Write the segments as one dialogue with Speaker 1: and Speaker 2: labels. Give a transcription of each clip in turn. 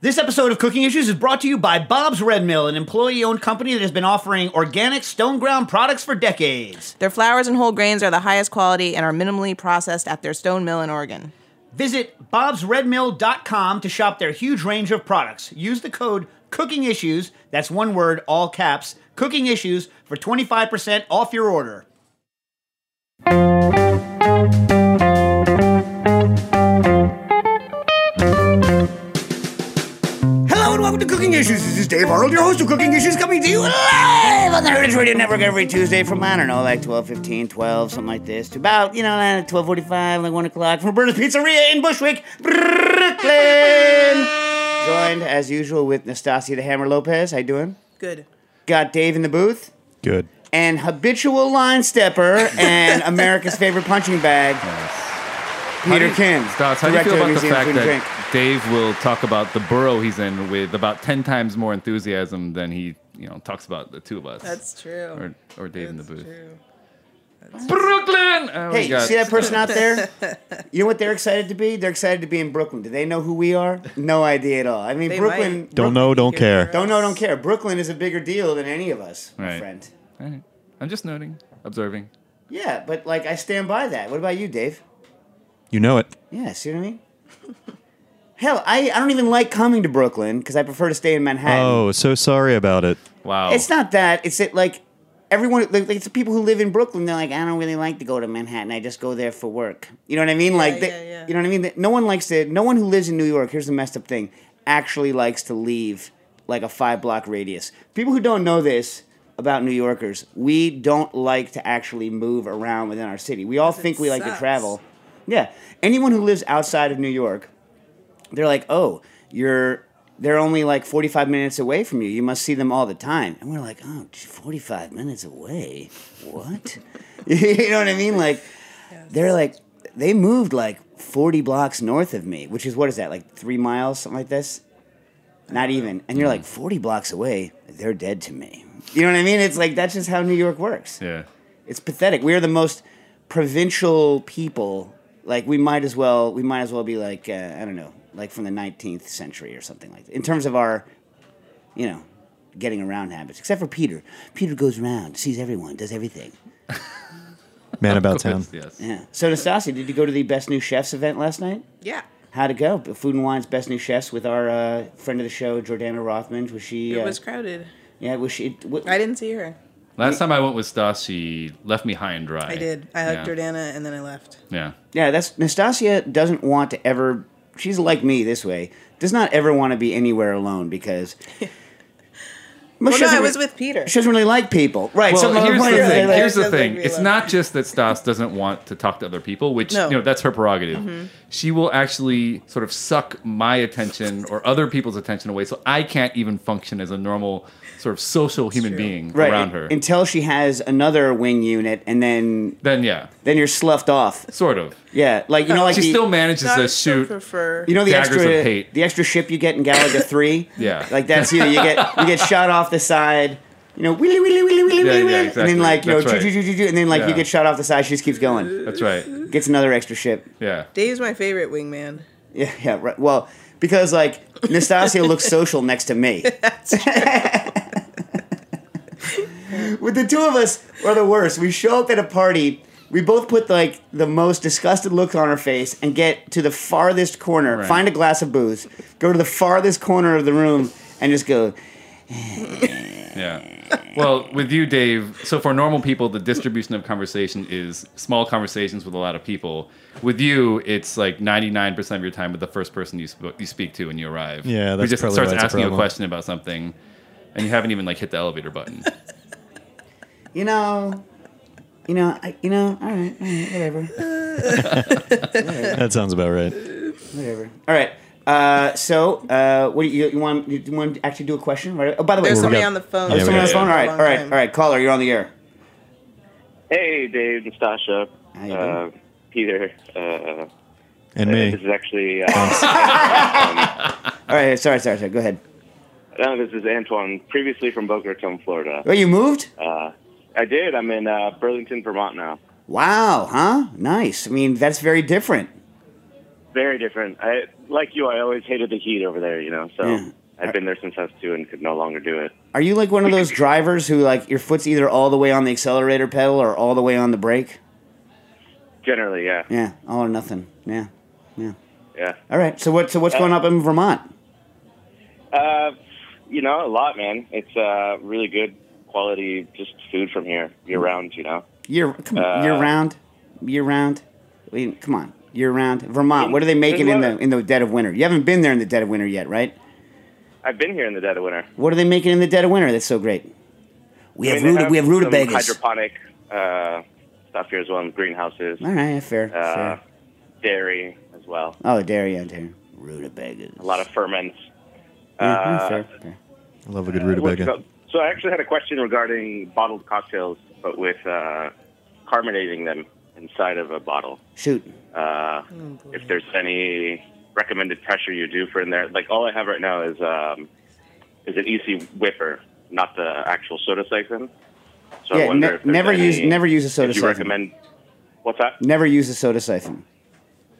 Speaker 1: This episode of Cooking Issues is brought to you by Bob's Red Mill, an employee owned company that has been offering organic stone ground products for decades.
Speaker 2: Their flours and whole grains are the highest quality and are minimally processed at their stone mill in Oregon.
Speaker 1: Visit bobsredmill.com to shop their huge range of products. Use the code Cooking Issues, that's one word, all caps, Cooking Issues, for 25% off your order. Hello and welcome to Cooking Issues. This is Dave Arnold, your host of Cooking Issues, coming to you live on the Heritage Radio Network every Tuesday from, I don't know, like 12, 15, 12, something like this, to about, you know, 12.45, like 1 o'clock, from Roberta's Pizzeria in Bushwick, Brooklyn. Joined, as usual, with Nastasia the Hammer Lopez. How you doing?
Speaker 2: Good.
Speaker 1: Got Dave in the booth.
Speaker 3: Good.
Speaker 1: And habitual line stepper and America's favorite punching bag, Peter Kim.
Speaker 3: Stas, how do you
Speaker 1: director
Speaker 3: feel
Speaker 1: of
Speaker 3: about the
Speaker 1: Museum of
Speaker 3: fact
Speaker 1: Food and
Speaker 3: that
Speaker 1: Drink.
Speaker 3: Dave will talk about the borough he's in with about ten times more enthusiasm than he, you know, talks about the two of us?
Speaker 2: That's true.
Speaker 3: Or, or Dave in the booth.
Speaker 2: true.
Speaker 3: Brooklyn. Oh, we
Speaker 1: Hey,
Speaker 3: got-
Speaker 1: see that person out there? You know what they're excited to be? They're excited to be in Brooklyn. Do they know who we are? No idea at all. I mean,
Speaker 2: They
Speaker 1: Brooklyn.
Speaker 2: might.
Speaker 4: Don't know, don't care.
Speaker 1: Don't know, don't care. Brooklyn is a bigger deal than any of us, my
Speaker 3: Right.
Speaker 1: friend.
Speaker 3: All right. I'm just noting, observing.
Speaker 1: Yeah, but like I stand by that. What about you, Dave?
Speaker 4: You know it.
Speaker 1: Yeah, see what I mean? Hell, I, I don't even like coming to Brooklyn because I prefer to stay in Manhattan.
Speaker 4: Oh, so sorry about it.
Speaker 3: Wow.
Speaker 1: It's not that. It's that like everyone, like, like the people who live in Brooklyn, they're like, I don't really like to go to Manhattan. I just go there for work. You know what I mean? like, they-
Speaker 2: yeah, yeah.
Speaker 1: you know what I mean? That- No one likes to. No one who lives in New York. Here's the messed up thing. Actually likes to leave like a five block radius. People who don't know this about New Yorkers, we don't like to actually move around within our city. We all think we like to
Speaker 2: sucks.
Speaker 1: travel. Yeah. Anyone who lives outside of New York, they're like, oh, you're they're only like 45 minutes away from you. You must see them all the time. And we're like, oh, gee, 45 minutes away? What? you know what I mean? Like, they're like, they moved like 40 blocks north of me, which is what is that, like three miles, something like this? Not even. And you're like, 40 blocks away, they're dead to me. You know what I mean? It's like, that's just how New York works.
Speaker 3: yeah.
Speaker 1: It's pathetic. We are the most provincial people. Like we might as well we might as well be like uh, I don't know, like from the 19th century or something like that. In terms of our, you know, getting around habits. Except for Peter. Peter goes around, sees everyone, does everything.
Speaker 4: Man about
Speaker 3: Of
Speaker 4: town.
Speaker 3: course, Yes.
Speaker 1: Yeah. So Nastasia, did you go to the Best New Chefs event last night?
Speaker 2: Yeah.
Speaker 1: How'd it go? Food and Wine's Best New Chefs with our uh, friend of the show, Jordana Rothman. Was she?
Speaker 2: It
Speaker 1: uh,
Speaker 2: was crowded.
Speaker 1: yeah. Was she? What,
Speaker 2: I didn't see her.
Speaker 3: Last time I went with Stas, she left me high and dry.
Speaker 2: I did. I hugged
Speaker 3: yeah.
Speaker 2: Jordana and then I left.
Speaker 3: Yeah.
Speaker 1: Yeah, that's Nastasia doesn't want to ever. She's like me this way. Does not ever want to be anywhere alone because. Well,
Speaker 2: Well,
Speaker 1: she
Speaker 2: no,
Speaker 1: doesn't
Speaker 2: I was
Speaker 1: re-
Speaker 2: with Peter.
Speaker 1: She doesn't really like people, right?
Speaker 3: Well,
Speaker 1: so my
Speaker 3: here's,
Speaker 1: point
Speaker 3: the
Speaker 1: is,
Speaker 3: thing.
Speaker 1: like,
Speaker 3: here's the
Speaker 2: Doesn't make
Speaker 3: thing.
Speaker 2: me
Speaker 3: It's
Speaker 2: laugh.
Speaker 3: not just that Stas doesn't want to talk to other people, which
Speaker 2: No. Mm-hmm.
Speaker 3: you know that's her prerogative. She will actually sort of suck my attention or other people's attention away, so I can't even function as a normal sort of social human
Speaker 2: true.
Speaker 3: being
Speaker 1: right,
Speaker 3: around her.
Speaker 1: until she has another wing unit, and then
Speaker 3: then yeah,
Speaker 1: then you're sloughed off.
Speaker 3: sort of.
Speaker 1: Yeah, like you know, like
Speaker 3: She
Speaker 1: the,
Speaker 3: still manages
Speaker 2: I
Speaker 3: to
Speaker 2: would still
Speaker 3: shoot.
Speaker 2: prefer.
Speaker 1: you know the
Speaker 3: daggers
Speaker 1: extra
Speaker 3: of hate.
Speaker 1: the extra ship you get in Galaga Three.
Speaker 3: Yeah.
Speaker 1: like that's you. You get you get shot off the side. You know, wheelie, wheelie, wheelie, wheelie, wheelie,
Speaker 3: Yeah, yeah,
Speaker 1: wheelie, and
Speaker 3: exactly.
Speaker 1: then like you
Speaker 3: That's
Speaker 1: know,
Speaker 3: right.
Speaker 1: choo, choo, choo, choo, choo, and then like you
Speaker 3: Yeah.
Speaker 1: get shot off the side. She just keeps going,
Speaker 3: That's right.
Speaker 1: gets another extra ship.
Speaker 3: Yeah.
Speaker 2: Dave's my favorite wingman.
Speaker 1: Yeah, yeah, right. Well, because like Nastasia looks social next to me. With the two of us are the worst. We show up at a party, we both put like the most disgusted look on our face and get to the farthest corner,
Speaker 3: Right.
Speaker 1: find a glass of booze, go to the farthest corner of the room and just go,
Speaker 3: Yeah. Well, with you, Dave, so for normal people, the distribution of conversation is small conversations with a lot of people. With you, it's like 99% of your time with the first person you, sp- you speak to when you arrive.
Speaker 4: Yeah,
Speaker 3: Who
Speaker 4: that's
Speaker 3: just
Speaker 4: probably
Speaker 3: starts
Speaker 4: why it's a
Speaker 3: asking you a
Speaker 4: problem.
Speaker 3: question about something, and you haven't even like hit the elevator button.
Speaker 1: you know, you know, I, you know, all right, all right, whatever.
Speaker 4: That sounds about right.
Speaker 1: Whatever. All right. Uh, so, uh, what do you, you want? You want to actually do a question? Right? Oh, by the way,
Speaker 2: There's somebody
Speaker 4: got-
Speaker 2: on the phone.
Speaker 4: Yeah, we
Speaker 1: someone on
Speaker 4: got
Speaker 1: the phone. All right, all right, all right. Caller, you're on the air.
Speaker 5: Hey, Dave, Nastasha,
Speaker 1: How you
Speaker 5: uh, Peter. Uh,
Speaker 4: And
Speaker 5: This
Speaker 4: me.
Speaker 5: is actually uh,
Speaker 1: All right, sorry, sorry, sorry. Go ahead.
Speaker 5: no, this is Antoine, previously from Boca Raton, Florida.
Speaker 1: Oh, you moved?
Speaker 5: Uh, I did. I'm in uh, Burlington, Vermont now.
Speaker 1: Wow, huh? Nice. I mean, that's very different.
Speaker 5: Very different. I like you, I always hated the heat over there, you know. So
Speaker 1: Yeah.
Speaker 5: I've been there since I was two and could no longer do it.
Speaker 1: Are you like one of those drivers who like your foot's either all the way on the accelerator pedal or all the way on the brake?
Speaker 5: Generally, yeah,
Speaker 1: Yeah, all or nothing. Yeah, yeah.
Speaker 5: yeah.
Speaker 1: All right. So what? So what's going up in Vermont?
Speaker 5: Uh, you know, a lot, man. It's uh, really good quality, just food from here
Speaker 1: Mm.
Speaker 5: year round. You know,
Speaker 1: Year come on, year
Speaker 5: Uh,
Speaker 1: round, year round. I mean, come on, year round. Vermont. What are they making in the in the dead of winter? You haven't been there in the dead of winter yet, right?
Speaker 5: I've been here in the dead of winter.
Speaker 1: What are they making in the dead of winter? That's so great. We
Speaker 5: I
Speaker 1: have
Speaker 5: mean, they
Speaker 1: ruta- we have
Speaker 5: some
Speaker 1: rutabagas.
Speaker 5: hydroponic uh, stuff here as well, in greenhouses,
Speaker 1: All right, fair,
Speaker 5: uh,
Speaker 1: fair.
Speaker 5: dairy as well.
Speaker 1: Oh, dairy out there. Rutabagas.
Speaker 5: A lot of ferments.
Speaker 1: Yeah,
Speaker 5: uh,
Speaker 1: fair, fair.
Speaker 4: I love a good
Speaker 5: What's
Speaker 4: rutabaga.
Speaker 5: it called? So I actually had a question regarding bottled cocktails, but with uh, carbonating them inside of a bottle.
Speaker 1: Shoot.
Speaker 5: Uh, if there's any recommended pressure you do for in there, like all I have right now is um, is an EC whipper, not the actual soda siphon. So I
Speaker 1: Yeah, ne-
Speaker 5: wonder if there's
Speaker 1: never
Speaker 5: any-
Speaker 1: use- never use a soda
Speaker 5: if you
Speaker 1: siphon.
Speaker 5: recommend what's that?
Speaker 1: Never use a soda siphon.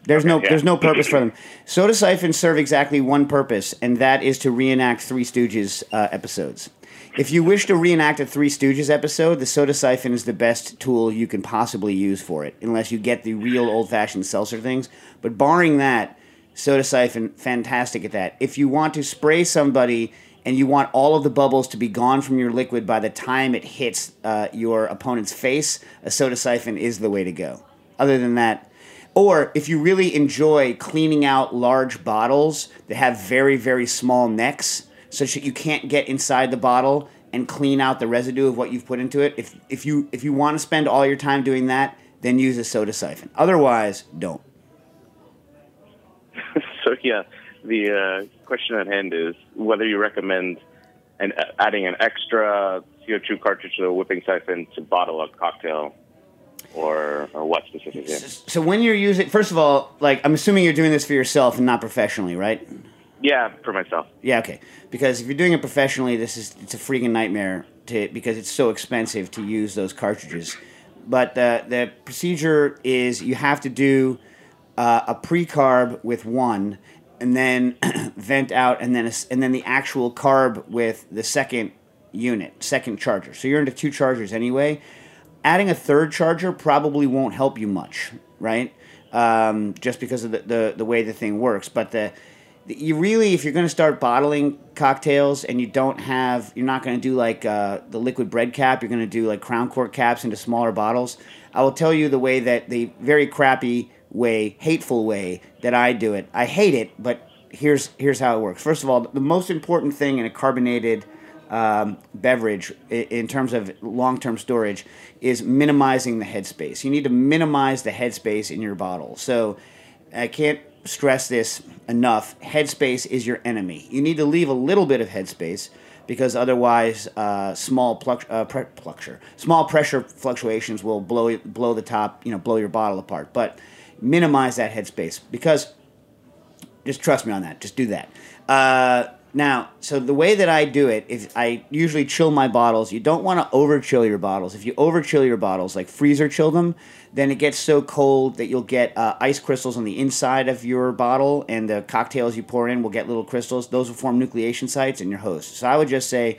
Speaker 1: There's no
Speaker 5: yeah.
Speaker 1: there's no purpose for them. Soda siphons serve exactly one purpose, and that is to reenact Three Stooges uh, episodes. If you wish to reenact a Three Stooges episode, the soda siphon is the best tool you can possibly use for it, unless you get the real old fashioned seltzer things. But barring that, soda siphon fantastic at that. If you want to spray somebody and you want all of the bubbles to be gone from your liquid by the time it hits uh, your opponent's face, a soda siphon is the way to go. Other than that, or if you really enjoy cleaning out large bottles that have very, very small necks, such that you can't get inside the bottle and clean out the residue of what you've put into it. If, if you if you want to spend all your time doing that, then use a soda siphon. Otherwise, don't.
Speaker 5: So yeah, the uh, question at hand is whether you recommend an, adding an extra CO2 cartridge to the whipping siphon to bottle a cocktail, or, or what specifically?
Speaker 1: So when you're using, first of all, like I'm assuming you're doing this for yourself and not professionally, right?
Speaker 5: Yeah, for myself.
Speaker 1: Yeah, okay. Because if you're doing it professionally, this is it's a freaking nightmare to because it's so expensive to use those cartridges. But uh, the procedure is you have to do uh, a pre-carb with one, and then vent out, and then a s and then the actual carb with the second unit, second charger. So you're into two chargers anyway. Adding a third charger probably won't help you much, right? Um, just because of the, the, the way the thing works. But the you really, if you're going to start bottling cocktails and you don't have, you're not going to do like uh, the liquid bread cap, you're going to do like crown cork caps into smaller bottles. I will tell you the way that the very crappy way, hateful way that I do it. I hate it, but here's here's how it works. First of all, the most important thing in a carbonated um, beverage i- in terms of long-term storage is minimizing the headspace. You need to minimize the headspace in your bottle. So I can't stress this enough. Headspace is your enemy. You need to leave a little bit of headspace because otherwise, uh, small pluck, uh, pre- plucture, small pressure fluctuations will blow blow the top, you know, blow your bottle apart. But minimize that headspace because just trust me on that. Just do that. Uh, now, so the way that I do it is I usually chill my bottles. You don't want to over chill your bottles. If you over chill your bottles, like freezer chill them, then it gets so cold that you'll get uh, ice crystals on the inside of your bottle, and the cocktails you pour in will get little crystals. Those will form nucleation sites in your host. So I would just say,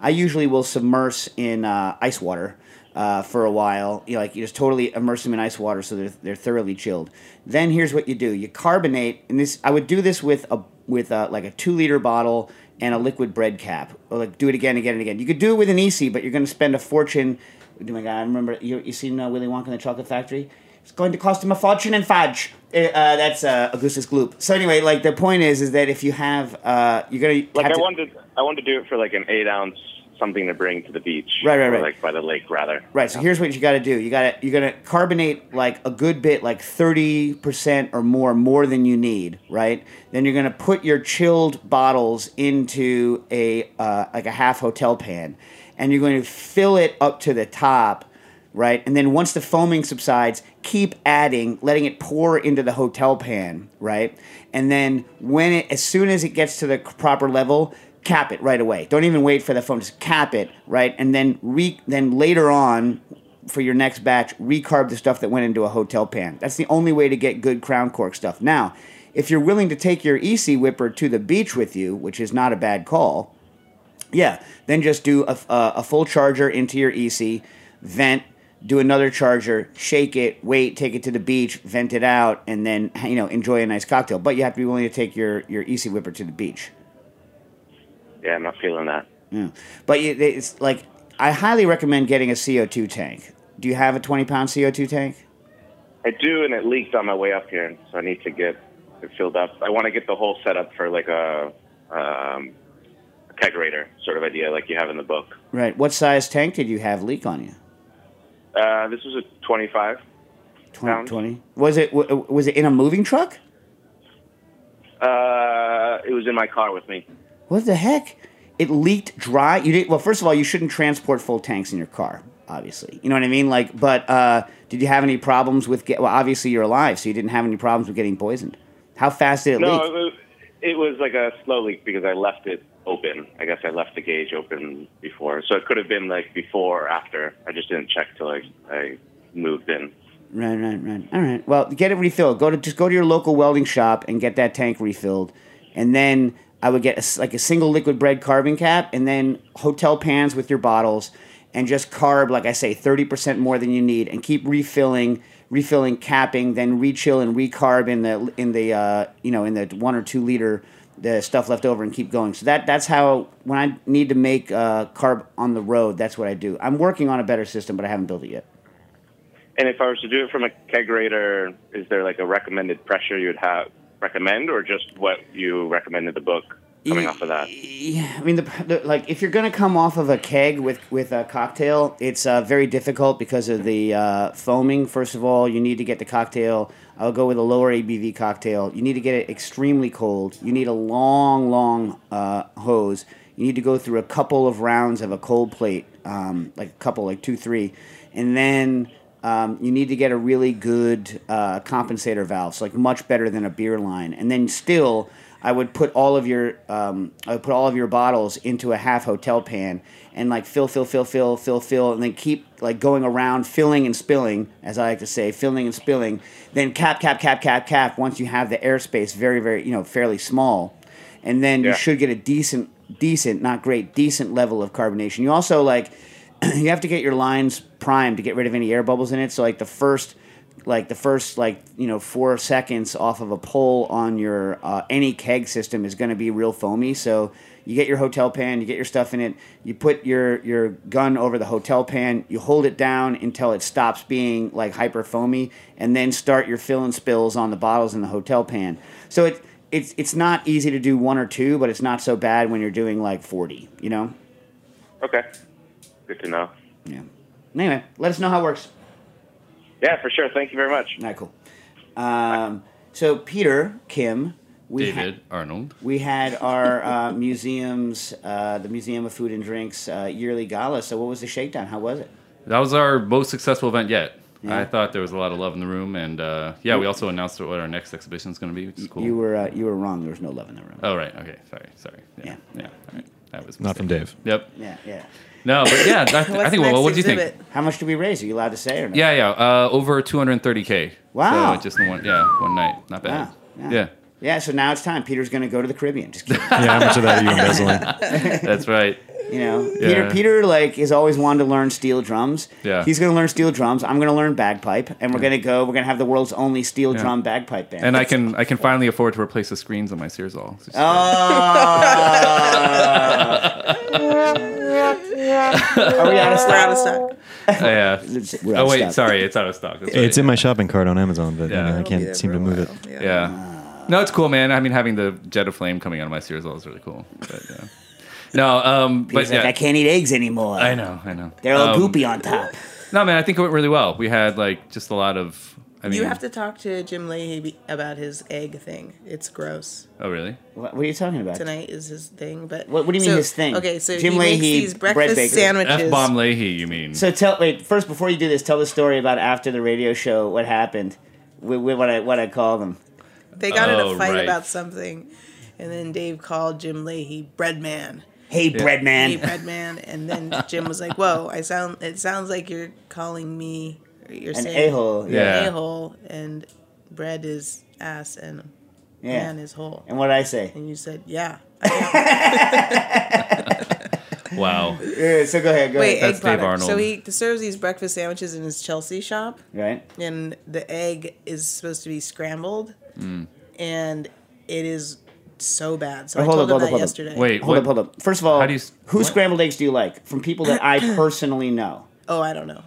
Speaker 1: I usually will submerse in uh, ice water uh, for a while. You know, like you just totally immerse them in ice water so they're, they're thoroughly chilled. Then here's what you do: you carbonate, and this I would do this with a with a, like a two liter bottle and a liquid bread cap. Or like do it again, again, and again. You could do it with an EC, but you're going to spend a fortune. Oh my god! I remember you you seen uh, Willy Wonka and the Chocolate Factory. It's going to cost him a fortune and fudge. Uh, uh, that's uh, Augustus Gloop. So anyway, like the point is, is that if you have, uh, you're gonna
Speaker 5: Like
Speaker 1: have
Speaker 5: I
Speaker 1: to-
Speaker 5: wanted, I wanted to do it for like an eight ounce something to bring to the beach,
Speaker 1: Right, right,
Speaker 5: or,
Speaker 1: right.
Speaker 5: like by the lake rather.
Speaker 1: Right. So here's what you got to do. You got to you're gonna carbonate like a good bit, like thirty percent or more, more than you need. Right. Then you're gonna put your chilled bottles into a uh, like a half hotel pan, and you're going to fill it up to the top. Right. And then once the foaming subsides, keep adding, letting it pour into the hotel pan. Right. And then when it, as soon as it gets to the proper level, cap it right away. Don't even wait for the foam. Just cap it right, and then re then later on for your next batch, recarb the stuff that went into a hotel pan. That's the only way to get good crown cork stuff. Now, if you're willing to take your EC Whipper to the beach with you, which is not a bad call, yeah, then just do a, a, a full charger into your EC, vent, do another charger, shake it, wait, take it to the beach, vent it out, and then you know enjoy a nice cocktail. But you have to be willing to take your your EC Whipper to the beach.
Speaker 5: Yeah, I'm not feeling that.
Speaker 1: Yeah. But you, they- it's like I highly recommend getting a CO2 tank. Do you have a 20 pound CO2 tank?
Speaker 5: I do, and it leaked on my way up here, and so I need to get it filled up. I want to get the whole setup for like a, um, a kegerator sort of idea, like you have in the book.
Speaker 1: Right. What size tank did you have leak on you?
Speaker 5: Uh, this was a 25.
Speaker 1: 20,
Speaker 5: Pound.
Speaker 1: 20? Was it wa- was it in a moving truck?
Speaker 5: Uh, it was in my car with me.
Speaker 1: What the heck? It leaked dry. You did well. First of all, you shouldn't transport full tanks in your car. Obviously, you know what I mean. Like, but uh, did you have any problems with? Get, well, obviously you're alive, so you didn't have any problems with getting poisoned. How fast did it
Speaker 5: No, it
Speaker 1: leak?
Speaker 5: was, it was like a slow leak because I left it open. I guess I left the gauge open before, so it could have been like before or after. I just didn't check till I, I moved in.
Speaker 1: Right, right, right. All right. Well, get it refilled. Go to just go to your local welding shop and get that tank refilled, and then I would get a s like a single liquid bread carving cap, and then hotel pans with your bottles, and just carb like I say, thirty percent more than you need, and keep refilling, refilling, capping, then rechill and recarb in the in the uh, you know in the one or two liter the stuff left over and keep going. So that that's how when I need to make uh, carb on the road, that's what I do. I'm working on a better system, but I haven't built it yet.
Speaker 5: And if I was to do it from a kegerator, is there like a recommended pressure you'd have recommend, or just what you recommend in the book? Coming off of that,
Speaker 1: Yeah, I mean, the, the like if you're gonna come off of a keg with with a cocktail, it's uh, very difficult because of the uh, foaming. First of all, you need to get the cocktail. I'll go with a lower ABV cocktail. You need to get it extremely cold. You need a long, long uh, hose. You need to go through a couple of rounds of a cold plate, um, like a couple, like two, three, and then um, you need to get a really good uh, compensator valve, so like much better than a beer line. And then still, I would put all of your um, I would put all of your bottles into a half hotel pan and like fill, fill, fill, fill, fill, fill, and then keep like going around filling and spilling, as I like to say, filling and spilling. Then cap, cap, cap, cap, cap. Once you have the airspace very, very you know fairly small, and then you
Speaker 5: Yeah.
Speaker 1: should get a decent, decent, not great, decent level of carbonation. You also like you have to get your lines primed to get rid of any air bubbles in it. So like the first, like the first like you know four seconds off of a pull on your uh, any keg system is going to be real foamy. So you get your hotel pan, you get your stuff in it, you put your your gun over the hotel pan, you hold it down until it stops being like hyper foamy, and then start your fill and spills on the bottles in the hotel pan. So it. It's, it's not easy to do one or two, but it's not so bad when you're doing like 40, you know?
Speaker 5: okay, good to know.
Speaker 1: Yeah. Anyway, let us know how it works.
Speaker 5: Yeah, for sure. Thank you very much.
Speaker 1: All right, cool. Um, so Peter, Kim, we ha-
Speaker 3: David Arnold.
Speaker 1: we had our uh, museums, uh, the Museum of Food and Drinks uh, yearly gala. So what was the shakedown? How was it?
Speaker 3: That was our most successful event yet. I thought there was a lot of love in the room, and uh, yeah, we also announced what our next exhibition is going to be, which is cool.
Speaker 1: You were uh, you were wrong. There was no love in the room.
Speaker 3: oh right, okay, sorry, sorry. Yeah,
Speaker 1: Yeah.
Speaker 3: yeah, all right. That was a
Speaker 4: Not from
Speaker 3: mistake.
Speaker 4: Dave.
Speaker 3: Yep.
Speaker 1: Yeah, yeah.
Speaker 3: No, but yeah, that,
Speaker 2: What's
Speaker 3: I think.
Speaker 2: the
Speaker 3: Well,
Speaker 2: next
Speaker 3: what do you think?
Speaker 2: exhibit?
Speaker 1: How much did we raise? Are you allowed to say or not?
Speaker 3: Yeah, yeah, uh, over 230k.
Speaker 1: Wow.
Speaker 3: So just in one, yeah, one night. Not bad.
Speaker 1: Wow,
Speaker 3: yeah.
Speaker 1: Yeah. So now it's time. Peter's going to go to the Caribbean. Just kidding.
Speaker 4: Yeah, how much of that are you embezzling?
Speaker 3: That's right.
Speaker 1: You know, Peter.
Speaker 3: Yeah.
Speaker 1: Peter like has always wanted to learn steel drums.
Speaker 3: Yeah.
Speaker 1: He's going to learn steel drums. I'm going to learn bagpipe, and we're going to go. We're going to have the world's only steel
Speaker 3: Yeah.
Speaker 1: drum bagpipe band.
Speaker 3: And I can I can finally afford to replace the screens on my Sears all.
Speaker 1: Oh. Are we out of
Speaker 2: We're
Speaker 1: stock?
Speaker 2: out of stock.
Speaker 3: yeah.
Speaker 1: We're out
Speaker 3: Oh
Speaker 1: of
Speaker 3: wait,
Speaker 1: stock.
Speaker 3: sorry, it's out of stock. That's right.
Speaker 4: It's in my shopping cart on Amazon, but you
Speaker 3: Yeah.
Speaker 4: know, I
Speaker 3: It'll
Speaker 4: can't seem to move it.
Speaker 2: Yeah.
Speaker 3: Yeah. No, it's cool, man. I mean, having the jet of flame coming out of my Sears all is really cool. But yeah. No, um, but
Speaker 1: He's like,
Speaker 3: yeah.
Speaker 1: I can't eat eggs anymore.
Speaker 3: I know, I know.
Speaker 1: They're all
Speaker 3: Um,
Speaker 1: goopy on top.
Speaker 3: No, man, I think it went really well. We had like just a lot of. I mean,
Speaker 2: You have to talk to Jim Leahy about his egg thing. It's gross.
Speaker 3: Oh, really?
Speaker 1: What, what are you talking about?
Speaker 2: Tonight is his thing, but
Speaker 1: What- what do you mean
Speaker 2: so-
Speaker 1: his thing?
Speaker 2: Okay, so
Speaker 1: Jim
Speaker 2: he
Speaker 1: Leahy,
Speaker 2: makes these
Speaker 1: bread
Speaker 2: breakfast
Speaker 1: baker.
Speaker 2: sandwiches.
Speaker 3: F bomb Leahy, you mean?
Speaker 1: So tell wait first before you do this, tell the story about after the radio show what happened. With, with what I what I call them.
Speaker 2: They got in
Speaker 3: Oh,
Speaker 2: a fight
Speaker 3: right.
Speaker 2: about something, and then Dave called Jim Leahy bread man.
Speaker 1: Hey, bread man.
Speaker 2: Hey, bread man. And then Jim was like, "Whoa, I sound. It sounds like you're calling me. You're
Speaker 1: An
Speaker 2: saying
Speaker 1: a hole.
Speaker 2: you're an
Speaker 3: Yeah.
Speaker 2: a hole, and bread is ass, and
Speaker 1: Yeah.
Speaker 2: man is whole.
Speaker 1: And what did I say?
Speaker 2: And you said, yeah.
Speaker 3: Wow.
Speaker 1: Yeah, so go ahead, go
Speaker 2: Wait,
Speaker 1: ahead.
Speaker 3: That's
Speaker 2: egg
Speaker 3: Dave
Speaker 2: product.
Speaker 3: Arnold.
Speaker 2: So he serves these breakfast sandwiches in his Chelsea shop,
Speaker 1: Right?
Speaker 2: and the egg is supposed to be scrambled,
Speaker 3: Mm.
Speaker 2: and it is so bad. So
Speaker 1: Oh,
Speaker 2: I
Speaker 1: hold
Speaker 2: told
Speaker 1: up,
Speaker 2: him
Speaker 1: hold
Speaker 2: that
Speaker 1: up, hold up.
Speaker 2: yesterday.
Speaker 3: Wait,
Speaker 1: Hold
Speaker 3: what?
Speaker 1: up, hold up. First of all,
Speaker 3: How do you s-
Speaker 1: whose
Speaker 3: what?
Speaker 1: scrambled eggs do you like? From people that I personally know.
Speaker 2: Oh, I don't know.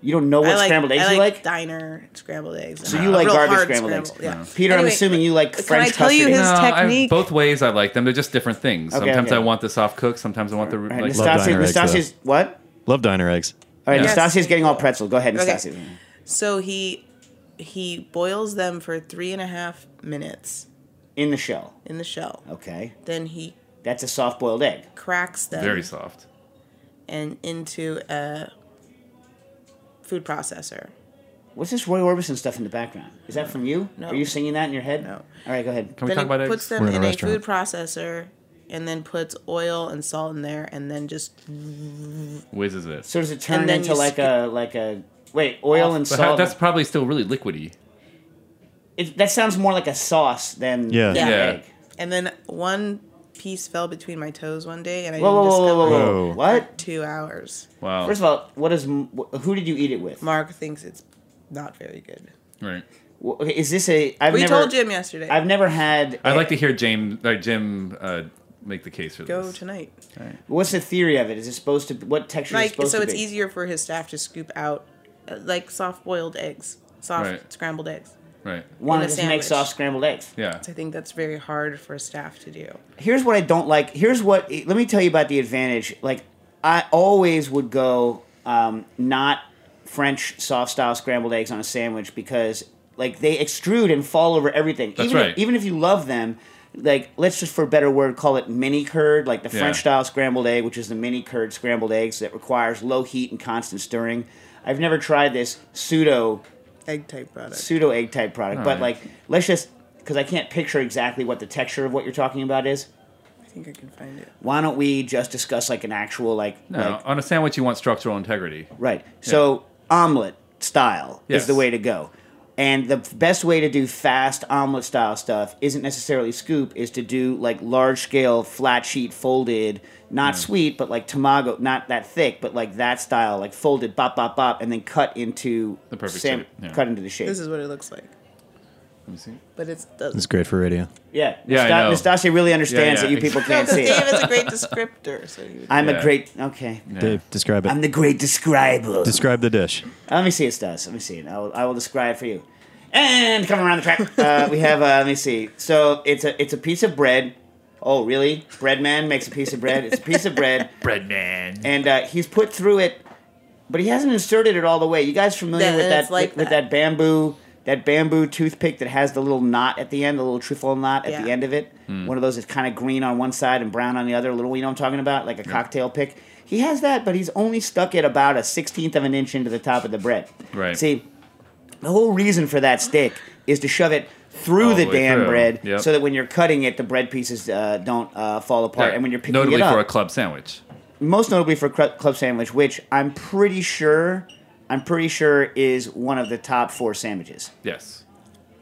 Speaker 1: You don't know
Speaker 2: I
Speaker 1: what
Speaker 2: like
Speaker 1: scrambled eggs
Speaker 2: I
Speaker 1: you like?
Speaker 2: diner scrambled eggs.
Speaker 1: So you like
Speaker 2: Real
Speaker 1: garbage
Speaker 2: hard
Speaker 1: scrambled eggs. Uh,
Speaker 2: Yeah.
Speaker 1: Peter, I'm
Speaker 2: Anyway,
Speaker 1: assuming you like
Speaker 2: can
Speaker 1: French
Speaker 2: I tell you
Speaker 1: custard.
Speaker 2: his
Speaker 1: eggs.
Speaker 3: No, I-
Speaker 2: technique?
Speaker 3: both ways I like them. They're just different things.
Speaker 1: Okay,
Speaker 3: sometimes
Speaker 1: okay.
Speaker 3: I want the soft cooked. Sometimes I want the
Speaker 1: All right,
Speaker 3: like.
Speaker 4: Love
Speaker 1: Nastasia-
Speaker 4: diner eggs, though.
Speaker 1: Nastasia's what?
Speaker 4: Love diner eggs.
Speaker 1: All right,
Speaker 3: Yes.
Speaker 1: Nastasia's getting all pretzel. Go ahead,
Speaker 2: Okay.
Speaker 1: Nastasia.
Speaker 2: So he he boils them for three and a half minutes
Speaker 1: In the shell.
Speaker 2: in the shell.
Speaker 1: Okay.
Speaker 2: Then he
Speaker 1: That's a soft boiled egg.
Speaker 2: cracks them
Speaker 3: Very soft.
Speaker 2: and into a food processor.
Speaker 1: What's this Roy Orbison stuff in the background? Is that from you?
Speaker 2: No.
Speaker 1: Are you singing that in your head?
Speaker 2: No.
Speaker 1: All right, go ahead.
Speaker 3: Can we
Speaker 2: then
Speaker 3: talk
Speaker 2: he
Speaker 3: about eggs?
Speaker 2: puts
Speaker 4: We're
Speaker 2: them
Speaker 4: in a
Speaker 2: in a
Speaker 4: restaurant.
Speaker 2: food processor and then puts oil and salt in there and then just
Speaker 3: Whizzes it.
Speaker 1: So does it turn
Speaker 2: And then
Speaker 1: into
Speaker 2: you
Speaker 1: like
Speaker 2: scoop-
Speaker 1: a like a wait oil and
Speaker 3: But how-
Speaker 1: salt?
Speaker 3: that's probably still really liquidy.
Speaker 1: it, that sounds more like a sauce than
Speaker 4: Yeah.
Speaker 1: an
Speaker 2: Yeah.
Speaker 1: egg.
Speaker 2: and then one piece fell between my toes one day and I
Speaker 1: Whoa, whoa,
Speaker 2: didn't
Speaker 1: whoa, whoa,
Speaker 2: discover
Speaker 1: whoa,
Speaker 2: it
Speaker 1: whoa!
Speaker 4: Whoa.
Speaker 1: What?
Speaker 2: for two hours.
Speaker 3: Wow.
Speaker 1: First of all, what is wh- who did you eat it with?
Speaker 2: Mark thinks it's not very good.
Speaker 3: right.
Speaker 1: Wh- okay, Is this a? I've
Speaker 2: We
Speaker 1: never,
Speaker 2: told Jim yesterday.
Speaker 1: I've never had.
Speaker 3: I'd like to hear James or Jim uh, make the case for
Speaker 2: go
Speaker 3: this.
Speaker 2: tonight.
Speaker 1: What's the theory of it? Is it supposed to? What texture is it
Speaker 2: Like
Speaker 1: supposed
Speaker 2: so,
Speaker 1: to
Speaker 2: it's
Speaker 1: be?
Speaker 2: easier for his staff to scoop out uh, like soft boiled eggs, soft
Speaker 3: Right.
Speaker 2: scrambled eggs.
Speaker 3: Right.
Speaker 1: Want
Speaker 2: in
Speaker 1: to
Speaker 2: a
Speaker 1: just make
Speaker 2: sandwich.
Speaker 1: soft scrambled eggs?
Speaker 3: Yeah.
Speaker 2: I think that's very hard for staff to do.
Speaker 1: here's what I don't like. Here's what. Let me tell you about the advantage. Like, I always would go um, not French soft style scrambled eggs on a sandwich because like they extrude and fall over everything.
Speaker 3: That's
Speaker 1: even
Speaker 3: right.
Speaker 1: If, even if you love them. Like, let's just for a better word call it mini curd, like the
Speaker 3: Yeah.
Speaker 1: French style scrambled egg, which is the mini curd scrambled eggs that requires low heat and constant stirring. I've never tried this pseudo
Speaker 2: Egg type product.
Speaker 1: pseudo egg type product, but
Speaker 3: Alright.
Speaker 1: like, let's just because I can't picture exactly what the texture of what you're talking about is
Speaker 2: I think I can find it.
Speaker 1: why don't we just discuss like an actual like,
Speaker 3: No,
Speaker 1: like-
Speaker 3: on a sandwich you want structural integrity.
Speaker 1: right so omelet style is
Speaker 3: Yes.
Speaker 1: the way to go and the best way to do fast omelet style stuff isn't necessarily scoop is to do like large scale flat sheet folded not sweet but like tamago not that thick but like that style like folded bop bop bop and then cut into
Speaker 3: The perfect shape, yeah.
Speaker 1: cut into the shape
Speaker 2: This is what it looks like,
Speaker 3: Let me see.
Speaker 2: but it's doesn't.
Speaker 4: It's great for radio.
Speaker 1: yeah
Speaker 3: Yeah, I know.
Speaker 1: Nastasia really understands
Speaker 3: yeah,
Speaker 1: that you people
Speaker 3: ex-
Speaker 1: can't see
Speaker 2: Dave
Speaker 1: it
Speaker 2: is a great descriptor, so you
Speaker 1: I'm a
Speaker 3: Yeah.
Speaker 1: great okay
Speaker 3: Yeah.
Speaker 4: Dave, describe it.
Speaker 1: I'm the great describer
Speaker 4: describe the dish.
Speaker 1: Let me see its does. Let me see it. I will, I will describe it for you. And coming around the track, uh, we have. Uh, let me see. So it's a it's a piece of bread. Oh, really? Bread man makes a piece of bread. It's a piece of bread,
Speaker 3: Bread man.
Speaker 1: and uh, he's put through it, but he hasn't inserted it all the way. You guys familiar
Speaker 2: Yeah,
Speaker 1: with
Speaker 2: and
Speaker 1: that,
Speaker 2: it's like
Speaker 1: with, with
Speaker 2: that.
Speaker 1: that bamboo that bamboo toothpick that has the little knot at the end, the little truffle knot at the
Speaker 2: Yeah.
Speaker 1: end of it.
Speaker 3: Hmm.
Speaker 1: One of those that's kind of green on one side and brown on the other. Little, you know what I'm talking about, like a cocktail pick. He has that, but he's only stuck it about a sixteenth of an inch into the top of the bread.
Speaker 3: Right.
Speaker 1: See, the whole reason for that stick is to shove it through
Speaker 3: All
Speaker 1: the
Speaker 3: the way
Speaker 1: damn
Speaker 3: through.
Speaker 1: bread,
Speaker 3: Yep.
Speaker 1: so that when you're cutting it, the bread pieces uh, don't uh, fall apart. And when you're picking
Speaker 3: Notably
Speaker 1: it up,
Speaker 3: for a club sandwich.
Speaker 1: most notably for Cru- club sandwich, which I'm pretty sure, I'm pretty sure is one of the top four sandwiches.
Speaker 3: Yes.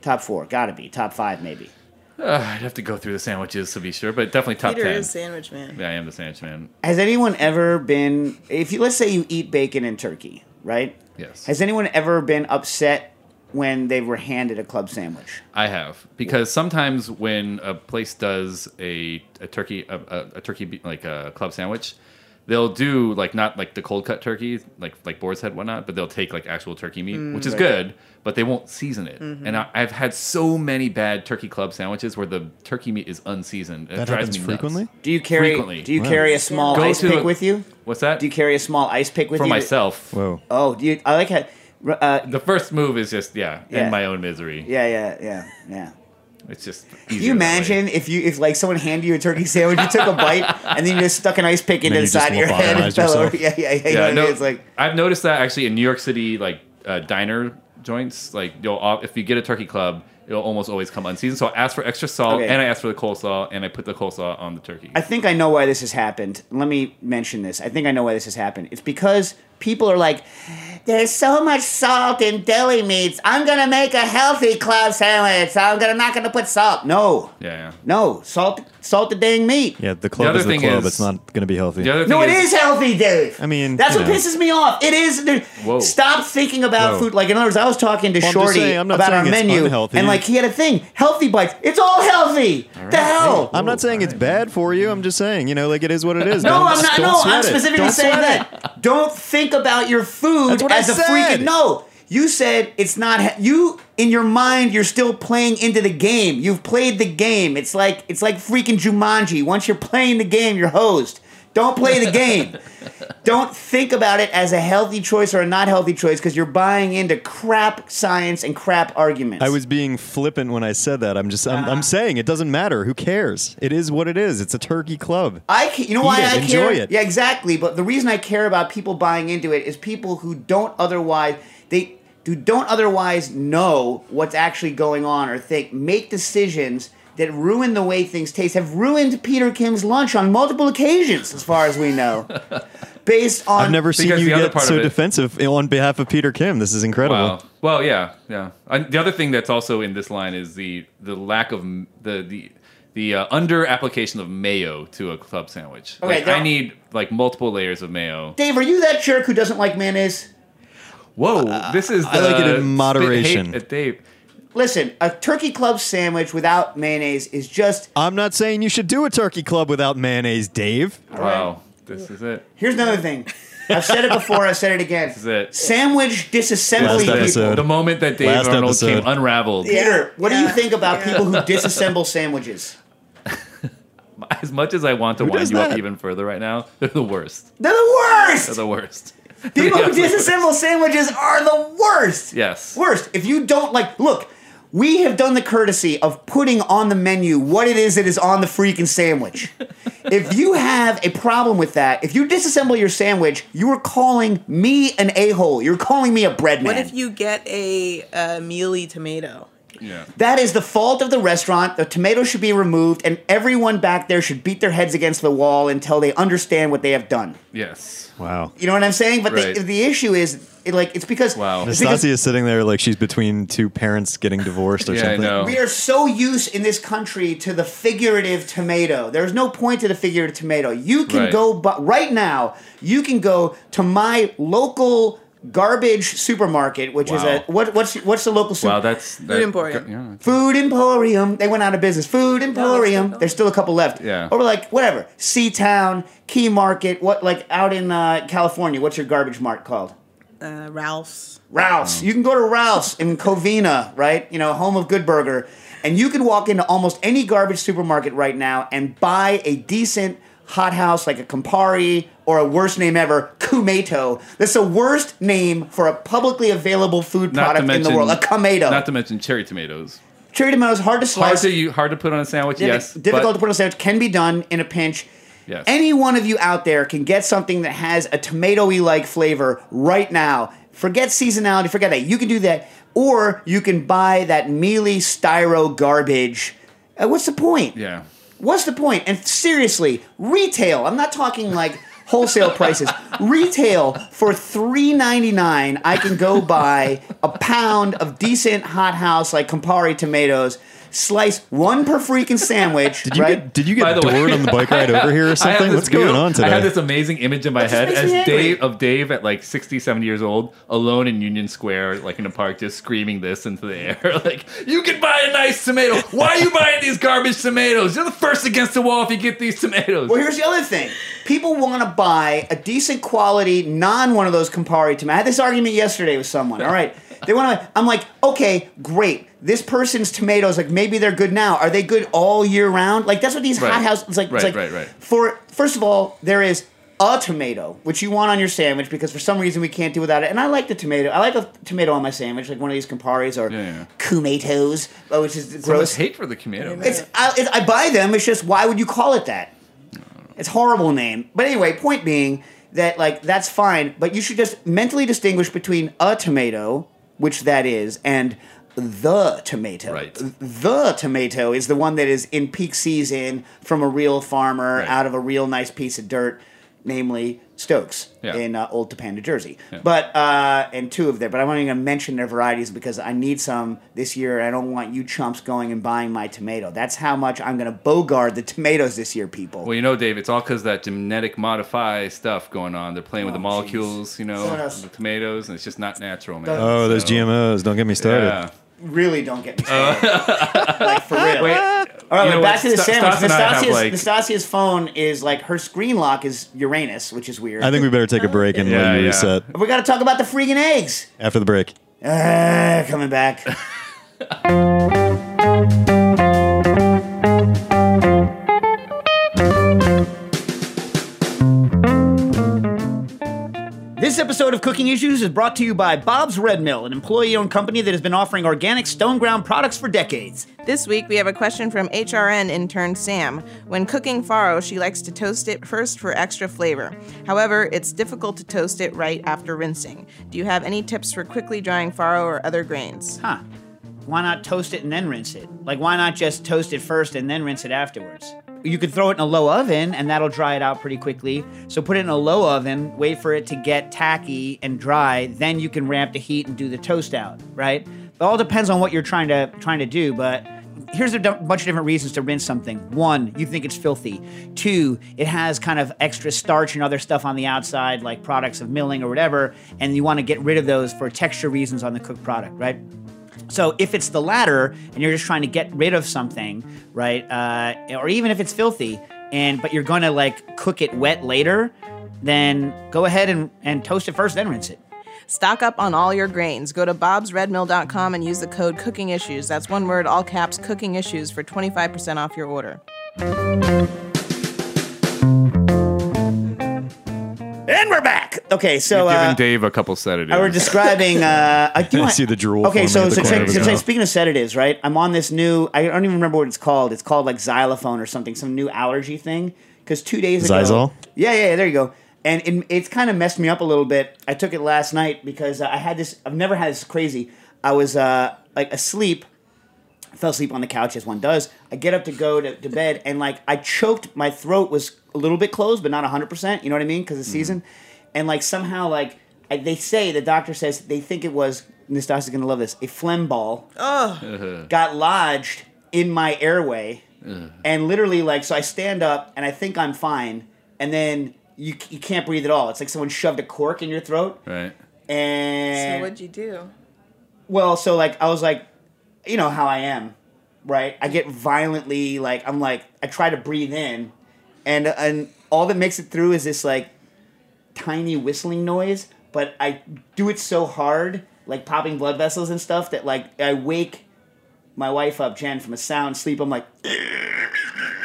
Speaker 1: Top four, gotta be top five maybe.
Speaker 3: Uh, I'd have to go through the sandwiches to be sure, but definitely top
Speaker 2: Peter
Speaker 3: ten.
Speaker 2: is sandwich man.
Speaker 3: yeah, I am the sandwich man.
Speaker 1: Has anyone ever been? If you let's say you eat bacon and turkey, right?
Speaker 3: Yes.
Speaker 1: Has anyone ever been upset when they were handed a club sandwich?
Speaker 3: I have because sometimes when a place does a a turkey a, a, a turkey be- like a club sandwich, they'll do like not like the cold cut turkey like like boar's head whatnot, but they'll take like actual turkey meat,
Speaker 1: Mm,
Speaker 3: which is good, but they won't season it.
Speaker 1: Mm-hmm.
Speaker 3: And I, I've had so many bad turkey club sandwiches where the turkey meat is unseasoned. It
Speaker 4: That
Speaker 3: drives
Speaker 4: happens
Speaker 3: me nuts.
Speaker 4: frequently.
Speaker 1: Do you carry?
Speaker 3: Frequently.
Speaker 1: Do you
Speaker 4: Wow.
Speaker 1: carry a small
Speaker 3: Go
Speaker 1: ice
Speaker 3: to
Speaker 1: pick
Speaker 3: a-
Speaker 1: with you?
Speaker 3: What's that?
Speaker 1: Do you carry a small ice pick with
Speaker 3: For
Speaker 1: you?
Speaker 3: myself.
Speaker 4: Whoa.
Speaker 1: Oh, do you? I like how. Uh,
Speaker 3: The first move is just yeah,
Speaker 1: Yeah.
Speaker 3: in my own misery.
Speaker 1: yeah, yeah, yeah, yeah.
Speaker 3: It's just.
Speaker 1: Can you
Speaker 3: easier that way.
Speaker 1: imagine if you if like someone handed you a turkey sandwich, you took a bite, and then you just stuck an ice pick into
Speaker 4: then
Speaker 1: the
Speaker 4: you
Speaker 1: side
Speaker 4: just
Speaker 1: of your head and
Speaker 4: lobotomized
Speaker 1: fell
Speaker 4: yourself.
Speaker 1: over? Yeah, yeah, yeah. You know
Speaker 3: yeah,
Speaker 1: what I
Speaker 3: no,
Speaker 1: mean? It's like
Speaker 3: I've noticed that actually in New York City, like uh, diner joints, like you'll op- if you get a turkey club, it'll almost always come unseasoned. So I asked for extra salt,
Speaker 1: Okay.
Speaker 3: and I asked for the coleslaw, and I put the coleslaw on the turkey.
Speaker 1: I think I know why this has happened. Let me mention this. I think I know why this has happened. It's because people are like, there's so much salt in deli meats. I'm gonna make a healthy club sandwich. I'm gonna not gonna put salt. No,
Speaker 3: Yeah. yeah.
Speaker 1: no salt, salt the dang meat.
Speaker 4: Yeah, the club
Speaker 3: other
Speaker 4: is the
Speaker 3: thing
Speaker 4: club.
Speaker 3: is-
Speaker 4: it's not going to be healthy.
Speaker 3: The other
Speaker 1: No,
Speaker 3: thing
Speaker 1: it is healthy, Dave.
Speaker 4: I mean,
Speaker 1: that's
Speaker 4: you
Speaker 1: what
Speaker 4: know.
Speaker 1: pisses me off. It is. dude,
Speaker 3: Whoa.
Speaker 1: Stop thinking about
Speaker 4: Whoa.
Speaker 1: food. Like in other words, I was talking to
Speaker 4: Well, I'm just
Speaker 1: Shorty
Speaker 4: saying, I'm not
Speaker 1: about our
Speaker 4: saying it's
Speaker 1: menu,
Speaker 4: unhealthy.
Speaker 1: and like he had a thing, healthy bites. It's all healthy. The hell.
Speaker 4: I'm not saying it's bad for you. I'm just saying, you know, like it is
Speaker 3: Uh,
Speaker 4: what it is.
Speaker 1: no,
Speaker 4: Don't-
Speaker 1: I'm not.
Speaker 4: don't
Speaker 1: No,
Speaker 4: sweat
Speaker 1: I'm
Speaker 4: it.
Speaker 1: specifically
Speaker 4: Don't
Speaker 1: saying
Speaker 4: sweat it.
Speaker 1: that. Don't think about your food
Speaker 4: That's what I
Speaker 1: as a
Speaker 4: said.
Speaker 1: freaking no. You said it's not he- you in your mind. You're still playing into the game. You've played the game. It's like it's like freaking Jumanji. Once you're playing the game, you're hosed. Don't play the game. Don't think about it as a healthy choice or a not healthy choice because you're buying into crap science and crap arguments.
Speaker 4: I was being flippant when I said that. I'm just, I'm, I'm saying it doesn't matter. Who cares? It is what it is. It's a turkey club.
Speaker 1: I ca- you know
Speaker 4: Eat
Speaker 1: why
Speaker 4: it,
Speaker 1: I
Speaker 4: enjoy
Speaker 1: care?
Speaker 4: it.
Speaker 1: Yeah, exactly. But the reason I care about people buying into it is people who don't otherwise they who don't otherwise know what's actually going on or think make decisions that ruin the way things taste have ruined Peter Kim's lunch on multiple occasions, as far as we know. Based on
Speaker 4: I've never seen
Speaker 3: Because
Speaker 4: you
Speaker 3: the other
Speaker 4: get
Speaker 3: part
Speaker 4: so
Speaker 3: of it-
Speaker 4: defensive on behalf of Peter Kim. This is incredible.
Speaker 3: Wow. Well, yeah, yeah. And the other thing that's also in this line is the the lack of m- the the the uh, under application of mayo to a club sandwich.
Speaker 1: Okay,
Speaker 3: like,
Speaker 1: there-
Speaker 3: I need like multiple layers of mayo.
Speaker 1: Dave, are you that jerk who doesn't like mayonnaise?
Speaker 3: Whoa,
Speaker 1: Uh,
Speaker 3: this is the
Speaker 4: I like it in
Speaker 3: spit hate
Speaker 4: moderation.
Speaker 3: at Dave.
Speaker 1: Listen, a turkey club sandwich without mayonnaise is just
Speaker 4: I'm not saying you should do a turkey club without mayonnaise, Dave.
Speaker 3: Wow, this is it.
Speaker 1: here's another thing. I've said it before, I've said it again.
Speaker 3: This is it.
Speaker 1: Sandwich disassembly
Speaker 4: Last
Speaker 1: people.
Speaker 4: episode.
Speaker 3: The moment that Dave
Speaker 4: Last
Speaker 3: Arnold
Speaker 4: episode.
Speaker 3: came unraveled,
Speaker 1: Peter, what do you
Speaker 2: Yeah.
Speaker 1: think about
Speaker 2: Yeah.
Speaker 1: people who disassemble sandwiches?
Speaker 3: as much as I want to wind
Speaker 4: does
Speaker 3: you up
Speaker 4: that?
Speaker 3: even further right now, they're the worst.
Speaker 1: They're the
Speaker 3: They're
Speaker 1: worst.
Speaker 3: the worst.
Speaker 1: People who
Speaker 3: Yeah, like-
Speaker 1: disassemble sandwiches are the worst.
Speaker 3: Yes.
Speaker 1: Worst. If you don't like, look, we have done the courtesy of putting on the menu what it is that is on the freaking sandwich. if you have a problem with that, if you disassemble your sandwich, you are calling me an a hole. You're calling me a bread man.
Speaker 2: What if you get a uh, mealy tomato?
Speaker 3: Yeah.
Speaker 1: That is the fault of the restaurant. The tomato should be removed, and everyone back there should beat their heads against the wall until they understand what they have done.
Speaker 3: Yes.
Speaker 4: Wow.
Speaker 1: You know what I'm saying? But the,
Speaker 3: Right.
Speaker 1: the issue is, it, like, it's because
Speaker 3: Wow.
Speaker 1: it's because
Speaker 4: Nastasia is sitting there like she's between two parents getting divorced or
Speaker 3: Yeah, I
Speaker 4: something.
Speaker 3: know.
Speaker 1: we are so used in this country to the figurative tomato. There's no point to the figurative tomato. You can
Speaker 3: Right.
Speaker 1: go, but right now, you can go to my local garbage supermarket, which is
Speaker 3: Wow.
Speaker 1: a what, what's what's the local supermarket?
Speaker 3: Wow, that's that,
Speaker 2: Emporium.
Speaker 3: Yeah.
Speaker 1: Food Emporium. They went out of business. Food Emporium.
Speaker 2: still-
Speaker 1: There's still a couple left.
Speaker 3: Yeah.
Speaker 1: Or like whatever. Sea Town, Key Market. What like out in uh, California? What's your garbage mart called?
Speaker 2: Uh, Ralph's.
Speaker 1: Ralph's. You can go to Ralph's in Covina, right? You know, home of Good Burger, and you can walk into almost any garbage supermarket right now and buy a decent hothouse like a Campari or a worst name ever, Kumato. That's the worst name for a publicly available food
Speaker 3: Not to
Speaker 1: product
Speaker 3: mention
Speaker 1: in the world. A Kumato.
Speaker 3: Not to mention cherry tomatoes.
Speaker 1: Cherry tomatoes, hard to
Speaker 3: Hard
Speaker 1: slice.
Speaker 3: to you hard to put on a sandwich.
Speaker 1: Diffi-
Speaker 3: yes.
Speaker 1: difficult
Speaker 3: but-
Speaker 1: to put on a sandwich can be done in a pinch.
Speaker 3: Yes.
Speaker 1: Any one of you out there can get something that has a tomatoey like flavor right now. Forget seasonality, forget that. You can do that. Or you can buy that mealy styro garbage. Uh, what's the point?
Speaker 3: Yeah.
Speaker 1: What's the point? And seriously, retail. I'm not talking like wholesale prices. Retail for $3.99, I can go buy a pound of decent hot house like Campari tomatoes, slice one per freaking sandwich.
Speaker 4: Did you
Speaker 1: right?
Speaker 4: get did you
Speaker 3: By
Speaker 4: get
Speaker 3: the way,
Speaker 4: doored on the bike ride over here or
Speaker 3: I have
Speaker 4: something?
Speaker 3: this
Speaker 4: What's going
Speaker 3: beautiful-
Speaker 4: on
Speaker 3: I
Speaker 4: today?
Speaker 3: have this amazing image in my head
Speaker 1: makes
Speaker 3: as
Speaker 1: me angry.
Speaker 3: Dave of Dave at like 60, 70 years old, alone in Union Square, like in a park, just screaming this into the air. like, you can buy a nice tomato. Why are you buying these garbage tomatoes? You're the first against the wall if you get these tomatoes.
Speaker 1: Well, here's the other thing. People want to buy a decent quality, non one of those Campari tomatoes. I had this argument yesterday with someone. All right. They want to, I'm like, okay, great. This person's tomatoes, like maybe they're good now. Are they good all year round? Like that's what these
Speaker 3: Right.
Speaker 1: hot houses, it's like, it's
Speaker 3: Right,
Speaker 1: like
Speaker 3: right, right.
Speaker 1: for, first of all, there is a tomato, which you want on your sandwich because for some reason we can't do without it. And I like the tomato. I like a tomato on my sandwich, like one of these Camparis or
Speaker 3: Yeah, yeah.
Speaker 1: Kumatos, uh, which is
Speaker 3: so much
Speaker 1: gross.
Speaker 3: hate for the tomato. man.
Speaker 1: It's I, it, I buy them. It's just why would you call it that? It's horrible name. But anyway, point being that like that's fine, but you should just mentally distinguish between a tomato, which that is, and the tomato.
Speaker 3: Right.
Speaker 1: The tomato is the one that is in peak season from a real farmer
Speaker 3: Right.
Speaker 1: out of a real nice piece of dirt. namely Stokes
Speaker 3: Yeah.
Speaker 1: in uh, Old Tappan, New Jersey. But uh, and two of them, but I'm not even going to mention their varieties because I need some this year. and I don't want you chumps going and buying my tomato. That's how much I'm going to bogard the tomatoes this year, people.
Speaker 3: Well, you know, Dave, it's all because that genetic modify stuff going on. They're playing with the
Speaker 1: Oh,
Speaker 3: molecules, you know,
Speaker 1: Yes.
Speaker 3: the tomatoes, and it's just not natural, man.
Speaker 4: Oh, those GMOs. Don't get me started.
Speaker 3: Yeah.
Speaker 1: really don't get me started. like for real. All right,
Speaker 3: Uh. You know
Speaker 1: wait, back
Speaker 3: what?
Speaker 1: to the
Speaker 3: Sta-
Speaker 1: sandwich.
Speaker 3: Stas and I have,
Speaker 1: Nastasia's,
Speaker 3: like-
Speaker 1: Nastasia's phone is like her screen lock is Uranus, which is weird.
Speaker 4: I think we better take a break and
Speaker 3: Yeah,
Speaker 4: let you
Speaker 3: yeah.
Speaker 4: reset
Speaker 1: we got to talk about the freaking eggs.
Speaker 4: after the break.
Speaker 1: Uh, coming back. This episode of Cooking Issues is brought to you by Bob's Red Mill, an employee owned company that has been offering organic stone ground products for decades.
Speaker 2: This week, we have a question from HRN intern Sam. When cooking farro, she likes to toast it first for extra flavor. However, it's difficult to toast it right after rinsing. Do you have any tips for quickly drying farro or other grains?
Speaker 1: Huh. Why not toast it and then rinse it? Like, why not just toast it first and then rinse it afterwards? You could throw it in a low oven and that'll dry it out pretty quickly. So put it in a low oven, wait for it to get tacky and dry, then you can ramp the heat and do the toast out, right? It all depends on what you're trying to trying to do, but here's a d- bunch of different reasons to rinse something. One, you think it's filthy. Two, it has kind of extra starch and other stuff on the outside, like products of milling or whatever, and you want to get rid of those for texture reasons on the cooked product, right? So if it's the latter, and you're just trying to get rid of something, right? Uh, or even if it's filthy, and but you're going to like cook it wet later, then go ahead and, and toast it first, then rinse it.
Speaker 2: Stock up on all your grains. Go to bobsredmill.com and use the code cooking issues. That's one word, all caps, cooking issues for 25% off your order.
Speaker 1: And we're back. Okay, so
Speaker 3: Giving
Speaker 1: uh,
Speaker 3: Dave a couple sedatives.
Speaker 1: I were describing. Uh, I, do
Speaker 4: I
Speaker 1: want-
Speaker 4: see the drool
Speaker 1: Okay,
Speaker 4: forming
Speaker 1: so
Speaker 4: at the
Speaker 1: since,
Speaker 4: corner
Speaker 1: I,
Speaker 4: of his
Speaker 1: since I-
Speaker 4: mouth.
Speaker 1: speaking of sedatives, right? I'm on this new. I don't even remember what it's called. It's called like xylophone or something, some new allergy thing. Because two days ago,
Speaker 4: Zyzol?
Speaker 1: Yeah, yeah, yeah, there you go. And it, it's kind of messed me up a little bit. I took it last night because uh, I had this. I've never had this crazy. I was uh, like asleep fell asleep on the couch as one does. I get up to go to, to bed and like I choked. My throat was a little bit closed, but not hundred percent. You know what I mean? Because the season, and like somehow like I, they say the doctor says they think it was Nastasia's gonna love this a phlegm ball got lodged in my airway and literally like so i stand up and i think i'm fine and then you, you can't breathe at all it's like someone shoved a cork in your throat
Speaker 3: right.
Speaker 1: and
Speaker 2: you do?
Speaker 1: well, so like I was like, you know how I am, right? I get violently like I'm like I try to breathe in, and and all that makes it through is this like tiny whistling noise. But I do it so hard, like popping blood vessels and stuff, that like I wake my wife up, Jen, from a sound sleep. I'm like,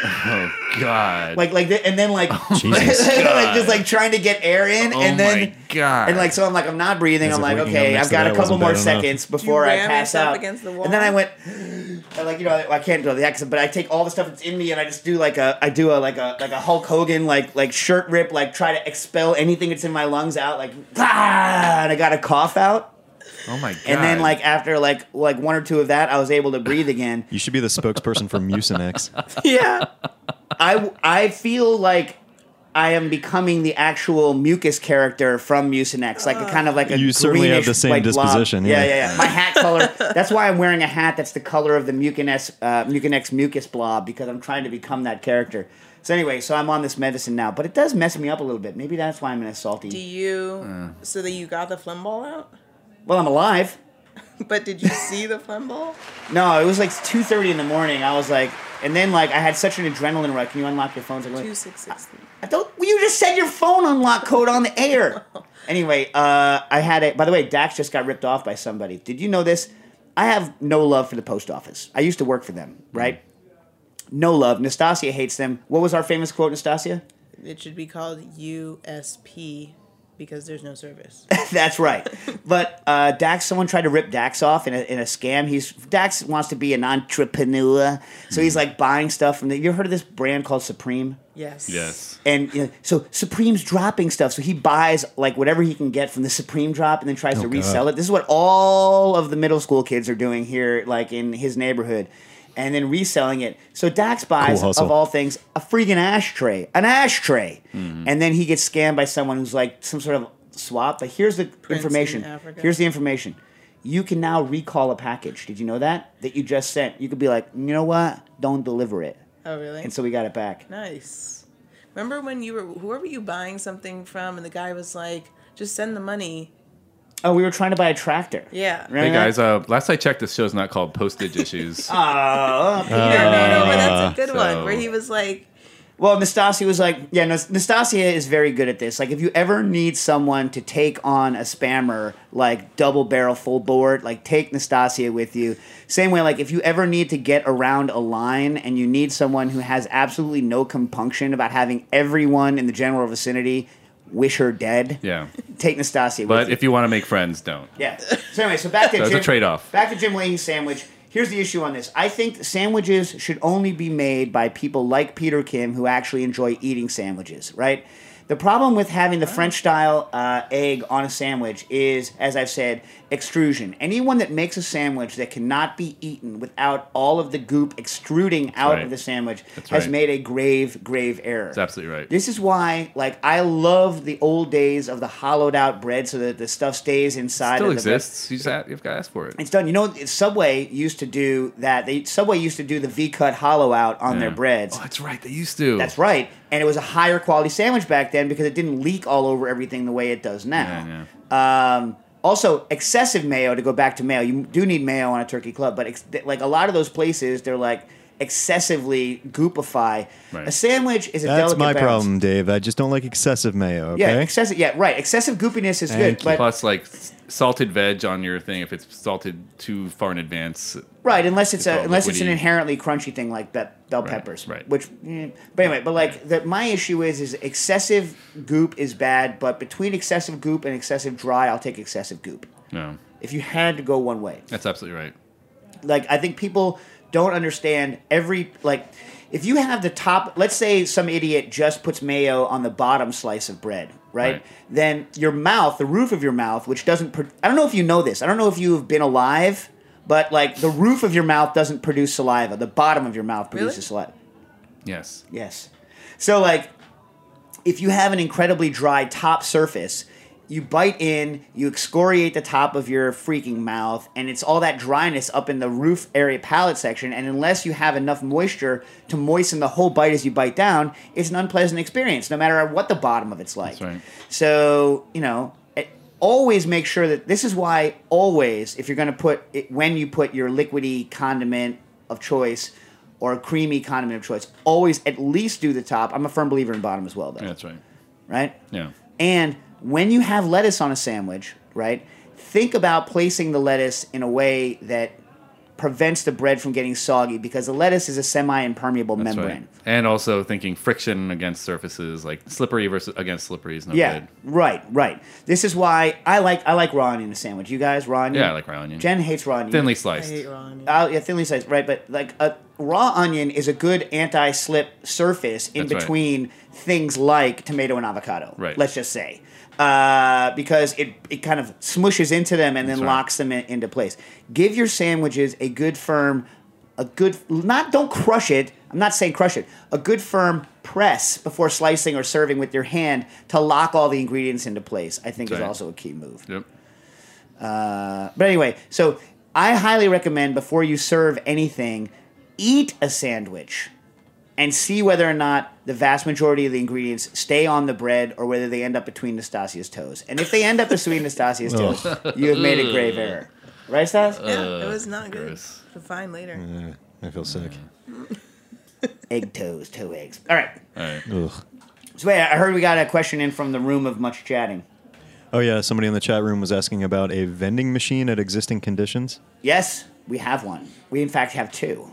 Speaker 3: Oh God.
Speaker 1: like like th- and then like, like just like trying to get air in
Speaker 3: oh
Speaker 1: and then
Speaker 3: my God.
Speaker 1: and like so I'm like I'm not breathing.
Speaker 4: As
Speaker 1: I'm
Speaker 4: if
Speaker 1: like
Speaker 4: waking up
Speaker 1: okay,
Speaker 4: next
Speaker 1: I've
Speaker 4: to
Speaker 1: got
Speaker 4: that
Speaker 1: a couple
Speaker 4: wasn't
Speaker 1: more
Speaker 4: bad enough.
Speaker 1: seconds before
Speaker 2: You
Speaker 1: I
Speaker 2: ram
Speaker 1: pass
Speaker 2: yourself
Speaker 1: out.
Speaker 2: against the
Speaker 1: And then I
Speaker 2: wall?
Speaker 1: went, and like you know I can't do the accent, but I take all the stuff that's in me and I just do like a I do a like a like a Hulk Hogan like like shirt rip like try to expel anything that's in my lungs out like ah, and I got a cough out.
Speaker 3: oh my God.
Speaker 1: And then like after like like one or two of that, I was able to breathe again.
Speaker 4: You should be the spokesperson for Mucinex.
Speaker 1: yeah. I I feel like I am becoming the actual mucus character from Mucinex, like a kind of like a
Speaker 4: You certainly have the
Speaker 1: greenish,
Speaker 4: same
Speaker 1: like, blob.
Speaker 4: disposition, yeah.
Speaker 1: yeah, yeah, yeah. My hat color. that's why I'm wearing a hat that's the color of the mucinex uh, mucinex mucus blob because I'm trying to become that character. So anyway, so I'm on this medicine now, but it does mess me up a little bit. Maybe that's why I'm in a salty.
Speaker 2: Do you, so that you got the phlegm ball out?
Speaker 1: well, I'm alive.
Speaker 2: But did you see the phlegm ball?
Speaker 1: No, it was like 2:30 in the morning. I was like, and then like I had such an adrenaline rush. Can you unlock your phones? I go,
Speaker 2: Two six six three.
Speaker 1: I thought well, you just said your phone unlock code on the air. anyway, uh, I had it. By the way, Dax just got ripped off by somebody. Did you know this? I have no love for the post office. I used to work for them, right? No love. Nastasia hates them. What was our famous quote, Nastasia?
Speaker 2: It should be called USP because there's no service.
Speaker 1: That's right. But uh, Dax, someone tried to rip Dax off in a, in a scam. He's Dax wants to be an entrepreneur, so he's like buying stuff from. The, you ever heard of this brand called Supreme?
Speaker 2: Yes.
Speaker 3: Yes.
Speaker 1: and you know, so Supreme's dropping stuff. So he buys like whatever he can get from the Supreme drop, and then tries to resell it. This is what all of the middle school kids are doing here, like in his neighborhood. and then reselling it. So Dax buys,
Speaker 4: hustle.
Speaker 1: of all things, a freaking ashtray, an ashtray, and then he gets scammed by someone who's like some sort of swap. But here's the information.
Speaker 2: Africa.
Speaker 1: Here's the information. You can now recall a package. Did you know that that you just sent? You could be like, you know what? Don't deliver it.
Speaker 2: Oh, really?
Speaker 1: And so we got it back.
Speaker 2: Nice. Remember when you were whoever you buying something from, and the guy was like, "Just send the money."
Speaker 1: Oh, we were trying to buy a tractor.
Speaker 2: Yeah.
Speaker 1: Remember
Speaker 3: Hey
Speaker 1: that?
Speaker 3: guys, uh, last I checked, this show's not called Postage Issues.
Speaker 1: Oh,
Speaker 2: No, no, no, but that's a good
Speaker 3: so-
Speaker 2: one. Where he was like,
Speaker 1: Well, Nastasia was like, yeah, Nas- Nastasia is very good at this. Like, if you ever need someone to take on a spammer, like double barrel full board, like take Nastasia with you. Same way, like, if you ever need to get around a line and you need someone who has absolutely no compunction about having everyone in the general vicinity wish her dead,
Speaker 3: yeah,
Speaker 1: take Nastasia with
Speaker 3: but
Speaker 1: you.
Speaker 3: if you want to make friends, don't.
Speaker 1: Yeah. So anyway, so back to
Speaker 3: That's a
Speaker 1: Jim,
Speaker 3: trade-off.
Speaker 1: Back to Jim Leahy's sandwich. Here's the issue on this. I think sandwiches should only be made by people like Peter Kim who actually enjoy eating sandwiches, right? The problem with having the French style uh, egg on a sandwich is, as I've said, extrusion. Anyone that makes a sandwich that cannot be eaten without all of the goop extruding out
Speaker 3: right.
Speaker 1: of the sandwich
Speaker 3: That's
Speaker 1: has
Speaker 3: right.
Speaker 1: made a grave, grave error.
Speaker 3: That's absolutely right.
Speaker 1: This is why, like, I love the old days of the hollowed out bread so that the stuff stays inside.
Speaker 3: Still
Speaker 1: of the bread.
Speaker 3: exists. You just have, you've got to ask for it.
Speaker 1: It's done. You know, Subway used to do that. They Subway used to do the V cut hollow out on their
Speaker 3: Yeah.
Speaker 1: breads.
Speaker 3: Oh, that's right. They used to.
Speaker 1: That's right, and it was a higher quality sandwich back then because it didn't leak all over everything the way it does now.
Speaker 3: Yeah,
Speaker 1: Um, also, excessive mayo. To go back to mayo, you do need mayo on a turkey club, but ex- th- like a lot of those places, they're like excessively goopify.
Speaker 3: Right.
Speaker 1: A sandwich is a
Speaker 4: That's
Speaker 1: delicate
Speaker 4: my
Speaker 1: balance.
Speaker 4: problem, Dave. I just don't like excessive mayo. Okay.
Speaker 1: Yeah, excessive. Yeah, right. Excessive goopiness is
Speaker 4: Thank
Speaker 1: good,
Speaker 4: you.
Speaker 1: but
Speaker 3: Plus, like s- salted veg on your thing if it's salted too far in advance.
Speaker 1: Right, unless it's,
Speaker 3: It's
Speaker 1: a,
Speaker 3: all
Speaker 1: unless it's an
Speaker 3: liquidy.
Speaker 1: inherently crunchy thing like be- bell
Speaker 3: Right,
Speaker 1: peppers,
Speaker 3: right.
Speaker 1: Which, eh, but anyway, but like the, my issue is is excessive goop is bad, but between excessive goop and excessive dry, I'll take excessive goop.
Speaker 3: No,
Speaker 1: If you had to go one way,
Speaker 3: that's absolutely right.
Speaker 1: like I think people don't understand every like if you have the top let's say some idiot just puts mayo on the bottom slice of bread right,
Speaker 3: Right.
Speaker 1: then your mouth the roof of your mouth which doesn't pro- I don't know if you know this I don't know if you've been alive but like the roof of your mouth doesn't produce saliva the bottom of your mouth
Speaker 2: Really?
Speaker 1: produces saliva
Speaker 3: Yes.
Speaker 1: Yes. So like if you have an incredibly dry top surface, you bite in, you excoriate the top of your freaking mouth, and it's all that dryness up in the roof area palate section. And unless you have enough moisture to moisten the whole bite as you bite down, it's an unpleasant experience, no matter what the bottom of it's like.
Speaker 3: That's right.
Speaker 1: So, you know, it, always make sure that this is why always, if you're going to put it, when you put your liquidy condiment of choice or a creamy condiment of choice, always at least do the top. I'm a firm believer in bottom as well, though.
Speaker 3: Yeah, that's right.
Speaker 1: Right?
Speaker 3: Yeah.
Speaker 1: And when you have lettuce on a sandwich, right, think about placing the lettuce in a way that prevents the bread from getting soggy because the lettuce is a semi impermeable
Speaker 3: That's
Speaker 1: membrane.
Speaker 3: right. And also thinking friction against surfaces, like slippery versus against slippery is no
Speaker 1: Yeah,
Speaker 3: good.
Speaker 1: right, right. This is why I like I like raw onion in a sandwich. You guys, raw onion.
Speaker 3: Yeah, I like raw onion.
Speaker 1: Jen hates raw onion.
Speaker 3: Thinly
Speaker 2: "I
Speaker 3: sliced.
Speaker 2: hate Ron."
Speaker 1: Oh, yeah, thinly sliced, right? But like a raw onion is a good anti-slip surface in
Speaker 3: That's right.
Speaker 1: between things like tomato and avocado.
Speaker 3: Right.
Speaker 1: Let's just say uh, because it it kind of smushes into them and then
Speaker 3: That's right.
Speaker 1: locks them in, into place. Give your sandwiches a good firm, a good not don't crush it. I'm not saying crush it. A good firm press before slicing or serving with your hand to lock all the ingredients into place. I think
Speaker 3: That's
Speaker 1: is
Speaker 3: right.
Speaker 1: also a key move.
Speaker 3: Yep.
Speaker 1: Uh, but anyway, so I highly recommend before you serve anything, eat a sandwich and see whether or not the vast majority of the ingredients stay on the bread or whether they end up between Nastasia's toes. And if they end up between Nastasia's toes, you have made a grave error. Right, Stas?
Speaker 2: Yeah, it was not good.
Speaker 3: gross.
Speaker 2: To find later.
Speaker 4: I feel sick.
Speaker 1: Egg toes, toe eggs. All right.
Speaker 3: All right.
Speaker 4: Ugh.
Speaker 1: So wait, I heard we got a question in from the room of much chatting.
Speaker 4: Oh yeah, somebody in the chat room was asking about a vending machine at existing conditions.
Speaker 1: Yes, we have one. We in fact have two.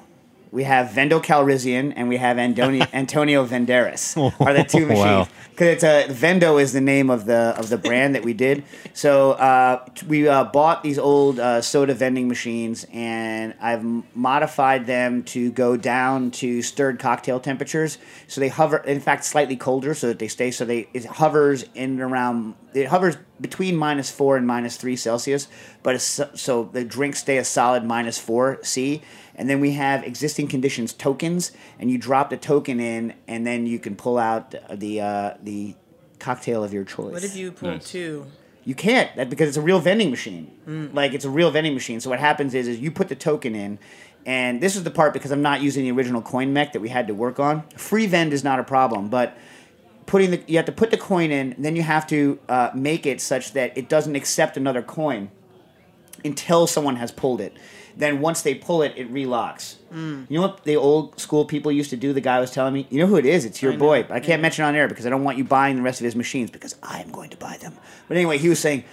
Speaker 1: We have Vendo Calrissian and we have Andoni- Antonio Venderis. Are the two machines?
Speaker 4: Wow.
Speaker 1: Because it's a Vendo is the name of the of the brand that we did. So uh, t- we uh, bought these old uh, soda vending machines and I've m- modified them to go down to stirred cocktail temperatures. So they hover, in fact, slightly colder so that they stay. So they it hovers in and around it hovers between minus four and minus three Celsius, but it's, so- so the drinks stay a solid minus four C. And then we have existing conditions tokens, and you drop the token in, and then you can pull out the uh, the cocktail of your choice.
Speaker 6: What if you pull
Speaker 3: Nice.
Speaker 6: two?
Speaker 1: You can't that because it's a real vending machine.
Speaker 6: Mm.
Speaker 1: Like it's a real vending machine. So what happens is is you put the token in, and this is the part because I'm not using the original coin mech that we had to work on. Free vend is not a problem, but putting the you have to put the coin in, then you have to uh, make it such that it doesn't accept another coin until someone has pulled it. Then once they pull it, it relocks.
Speaker 6: Mm.
Speaker 1: Mm. You know what the old school people used to do? The guy was telling me, you know who it is? It's your boy. But I can't mention on air because I don't want you buying the rest of his machines because I'm going to buy them. But anyway, he was saying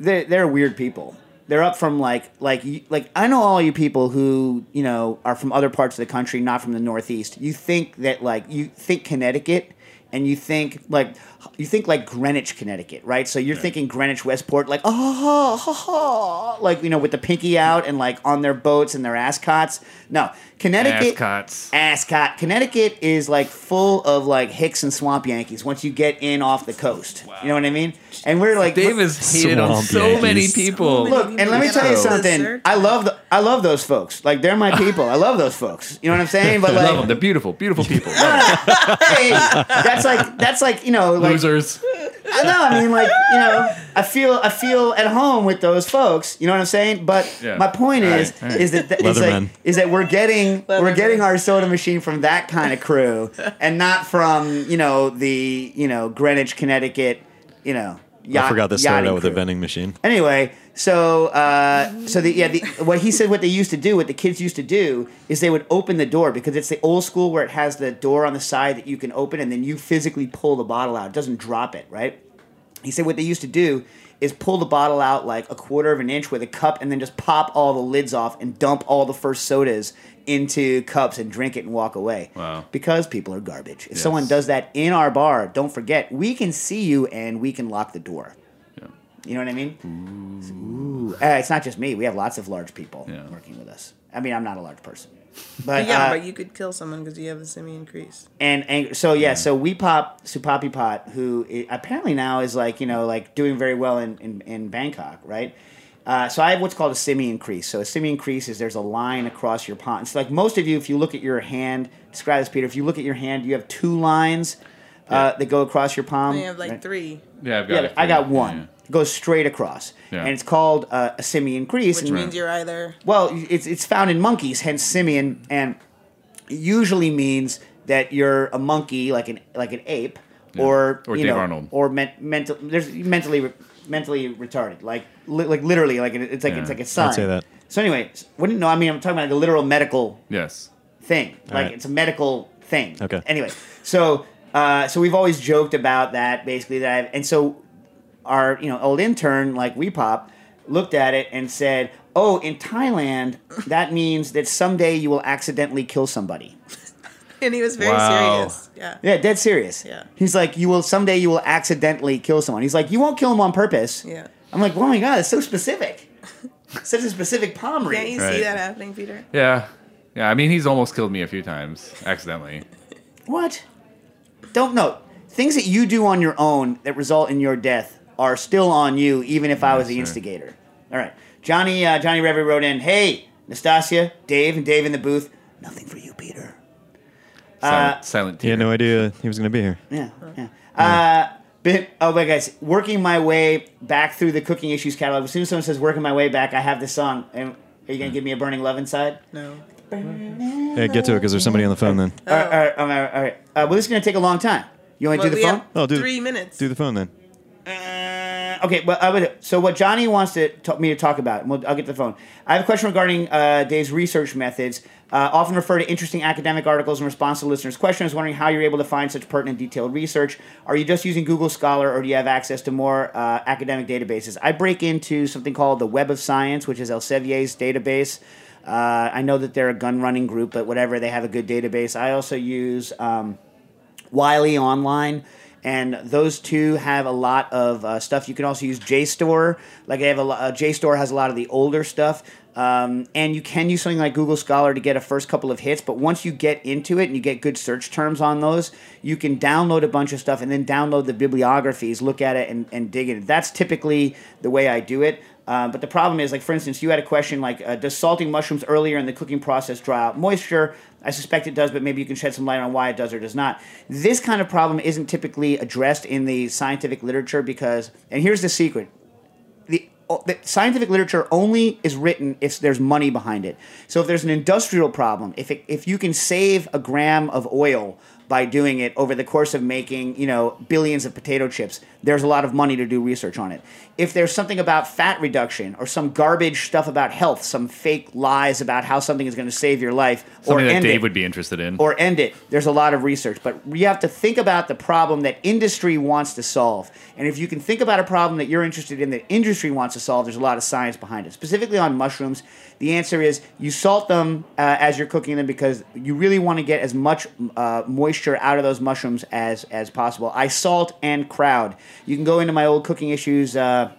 Speaker 1: they're, they're weird people. They're up from like like you- like I know all you people who you know are from other parts of the country, not from the Northeast. You think that like you think Connecticut, and you think like you think like Greenwich, Connecticut, right? So you're thinking Greenwich, Westport, like oh, ha, ha, like you know with the pinky out and like on their boats and their ascots. No, Connecticut
Speaker 3: Ascots.
Speaker 1: Ascot. Connecticut is like full of like Hicks and Swamp Yankees once you get in off the coast. You know what I mean? And we're like
Speaker 3: Dave is hated on
Speaker 4: Swamp
Speaker 3: so
Speaker 4: Yankees.
Speaker 3: many people.
Speaker 6: many
Speaker 1: Look, and let me
Speaker 6: Yeah.
Speaker 1: tell you
Speaker 6: So-
Speaker 1: something. I love the, I love those folks. Like they're my people. I love those folks. You know what I'm saying? But
Speaker 3: I love them.
Speaker 1: like,
Speaker 3: They're beautiful, beautiful people. Love 'em.
Speaker 1: hey, that's like that's like you know like
Speaker 3: Losers.
Speaker 1: I know. I mean, like you know, I feel I feel at home with those folks. You know what I'm saying? But
Speaker 3: Yeah.
Speaker 1: my point
Speaker 3: All
Speaker 1: is
Speaker 3: right, all right.
Speaker 1: is that th- it's like,
Speaker 4: Leatherman.
Speaker 1: is that we're getting we're
Speaker 6: Leatherman.
Speaker 1: getting our soda machine from that kind of crew, and not from you know the you know Greenwich, Connecticut, you know.
Speaker 4: I
Speaker 1: yacht-
Speaker 4: forgot this started
Speaker 1: yachting
Speaker 4: out with a
Speaker 1: crew.
Speaker 4: vending machine.
Speaker 1: Anyway, so uh, so the yeah, the, what he said, what they used to do, what the kids used to do, is they would open the door because it's the old school where it has the door on the side that you can open, and then you physically pull the bottle out. It doesn't drop it, right? He said what they used to do is pull the bottle out like a quarter of an inch with a cup, and then just pop all the lids off and dump all the first sodas into cups and drink it and walk away.
Speaker 3: Wow.
Speaker 1: Because people are garbage. If someone does that in our bar, don't forget we can see you and we can lock the door. You know what I mean? Ooh. Uh, it's not just me. We have lots of large people
Speaker 3: Yeah.
Speaker 1: working with us. I mean, I'm not a large person, but
Speaker 6: Yeah,
Speaker 1: uh,
Speaker 6: but you could kill someone because you have a simian crease.
Speaker 1: and, and so yeah, so we pop Supapi Pot, who i apparently now is like you know like doing very well in in, in Bangkok, right? Uh, so I have what's called a simian crease. So a simian crease is there's a line across your palm. It's like most of you, if you look at your hand, describe this, Peter. If you look at your hand, you have two lines uh, that go across your palm.
Speaker 6: I have like
Speaker 1: right?
Speaker 6: three.
Speaker 3: Yeah, I've got.
Speaker 1: Yeah,
Speaker 3: it for
Speaker 1: I got
Speaker 3: you.
Speaker 1: one.
Speaker 3: Yeah.
Speaker 1: It goes straight across,
Speaker 3: Yeah.
Speaker 1: and it's called uh, a simian crease.
Speaker 6: Which
Speaker 1: and-
Speaker 6: means you're either
Speaker 1: well, it's it's found in monkeys, hence simian, and it usually means that you're a monkey, like an like an ape, or
Speaker 3: Or
Speaker 1: you
Speaker 3: Dave
Speaker 1: know,
Speaker 3: Arnold.
Speaker 1: or men, mental. There's mentally re- mentally retarded, like li- like literally, like it- it's like it's
Speaker 3: Yeah.
Speaker 1: like a sign.
Speaker 4: say that.
Speaker 1: So anyway, s- wouldn't know. I mean, I'm talking about like a literal medical
Speaker 3: Yes.
Speaker 1: thing. like
Speaker 4: right.
Speaker 1: it's a medical thing.
Speaker 4: Okay.
Speaker 1: Anyway, so uh, so we've always joked about that basically that I've, and so our you know old intern like we pop looked at it and said, "Oh, in Thailand, that means that someday you will accidentally kill somebody."
Speaker 6: and he was very
Speaker 3: Wow.
Speaker 6: serious. Yeah.
Speaker 1: Yeah, dead serious.
Speaker 6: Yeah.
Speaker 1: He's like, "You will someday you will accidentally kill someone." He's like, "You won't kill him on purpose."
Speaker 6: Yeah.
Speaker 1: I'm like, "Oh my god, it's so specific." Such a specific palm
Speaker 6: Can't
Speaker 1: reading.
Speaker 6: you
Speaker 3: Right.
Speaker 6: see that happening, Peter?
Speaker 3: Yeah. Yeah. I mean, he's almost killed me a few times accidentally.
Speaker 1: What? Don't know. Things that you do on your own that result in your death are still on you, even if I was the
Speaker 3: sure.
Speaker 1: instigator. All right. Johnny uh, Johnny Revy wrote in, "Hey, Nastasia, Dave, and Dave in the booth. Nothing for you, Peter." Uh,
Speaker 3: Silent, silent
Speaker 4: He
Speaker 3: tear.
Speaker 4: had no idea he was going to be here.
Speaker 1: Yeah, yeah. Uh, bit, oh my guys, working my way back through the cooking issues catalog. As soon as someone says "working my way back," I have this song. And are you gonna give me a burning love inside?
Speaker 6: No.
Speaker 4: Hey, get to it because there's somebody on the phone. Then
Speaker 1: All right, all right, all right. all right. Uh, well, this is gonna take a long time. You want to
Speaker 6: But
Speaker 1: do the
Speaker 6: we
Speaker 1: phone?
Speaker 6: have
Speaker 4: Oh, do the-
Speaker 6: three minutes.
Speaker 4: do the phone. Then
Speaker 1: Uh, Okay, well, I would. So, what Johnny wants to ta- me to talk about, and we'll, I'll get to the phone. I have a question regarding uh, Dave's research methods. Uh, often refer to interesting academic articles in response to listeners' questions. wondering how you're able to find such pertinent, detailed research. Are you just using Google Scholar, or do you have access to more uh, academic databases? I break into something called the Web of Science, which is Elsevier's database. Uh, I know that they're a gun running group, but whatever, they have a good database. I also use. Um, Wiley Online, and those two have a lot of uh, stuff. You can also use JSTOR. Like they have a lo- uh, JSTOR has a lot of the older stuff. Um, and you can use something like Google Scholar to get a first couple of hits, but once you get into it and you get good search terms on those, you can download a bunch of stuff and then download the bibliographies, look at it, and, and dig it. That's typically the way I do it. Uh, but the problem is, like for instance, you had a question like, uh, does salting mushrooms earlier in the cooking process draw out moisture? I suspect it does, but maybe you can shed some light on why it does or does not. This kind of problem isn't typically addressed in the scientific literature because, and here's the secret: the, o- the scientific literature only is written if there's money behind it. So if there's an industrial problem, if it, if you can save a gram of oil by doing it over the course of making you know billions of potato chips, there's a lot of money to do research on it. If there's something about fat reduction or some garbage stuff about health, some fake lies about how something is going to save your life or
Speaker 3: Something that
Speaker 1: end
Speaker 3: Dave
Speaker 1: it,
Speaker 3: would be interested in.
Speaker 1: or end it. There's a lot of research, but you have to think about the problem that industry wants to solve. And if you can think about a problem that you're interested in that industry wants to solve, there's a lot of science behind it. Specifically on mushrooms, the answer is you salt them uh, as you're cooking them because you really want to get as much uh, moisture out of those mushrooms as as possible. I salt and crowd. You can go into my old cooking issues. Uh,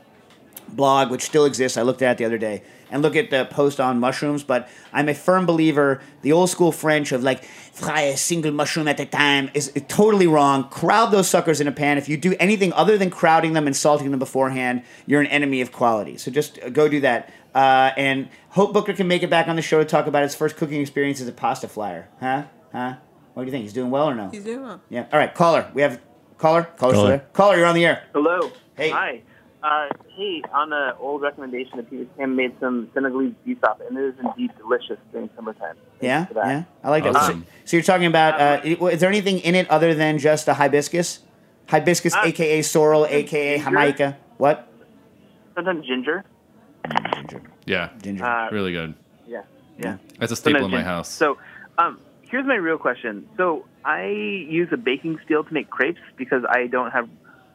Speaker 1: blog, which still exists. I looked at it the other day and look at the post on mushrooms. But I'm a firm believer the old school French of like fry a single mushroom at a time is totally wrong. Crowd those suckers in a pan. If you do anything other than crowding them and salting them beforehand, you're an enemy of quality. So just uh, go do that. Uh, and hope Booker can make it back on the show to talk about his first cooking experience as a pasta flyer. Huh? Huh? What do you think? He's doing well or no?
Speaker 6: He's doing well.
Speaker 1: yeah. All right, caller. We have caller. Caller's still
Speaker 4: Caller.
Speaker 1: there. Caller, you're on the air.
Speaker 7: Hello.
Speaker 1: Hey.
Speaker 7: Hi. Uh, hey, on an old recommendation that Peter Kim made some Senegalese beef soup, and it is indeed delicious during summertime. Thanks
Speaker 1: Yeah,
Speaker 7: for that.
Speaker 1: yeah, I like that.
Speaker 3: Awesome.
Speaker 1: So, so you're talking about uh, i- well, is there anything in it other than just a hibiscus, hibiscus,
Speaker 7: Uh,
Speaker 1: aka sorrel, aka
Speaker 7: ginger.
Speaker 1: Jamaica? What?
Speaker 7: Sometimes ginger.
Speaker 1: Ginger.
Speaker 3: yeah,
Speaker 1: Ginger.
Speaker 7: Uh,
Speaker 3: really good.
Speaker 7: Yeah. Yeah.
Speaker 3: That's a staple in
Speaker 7: Sometimes
Speaker 3: my
Speaker 7: ginger.
Speaker 3: house.
Speaker 7: So, um, here's my real question. So, I use a baking steel to make crepes because I don't have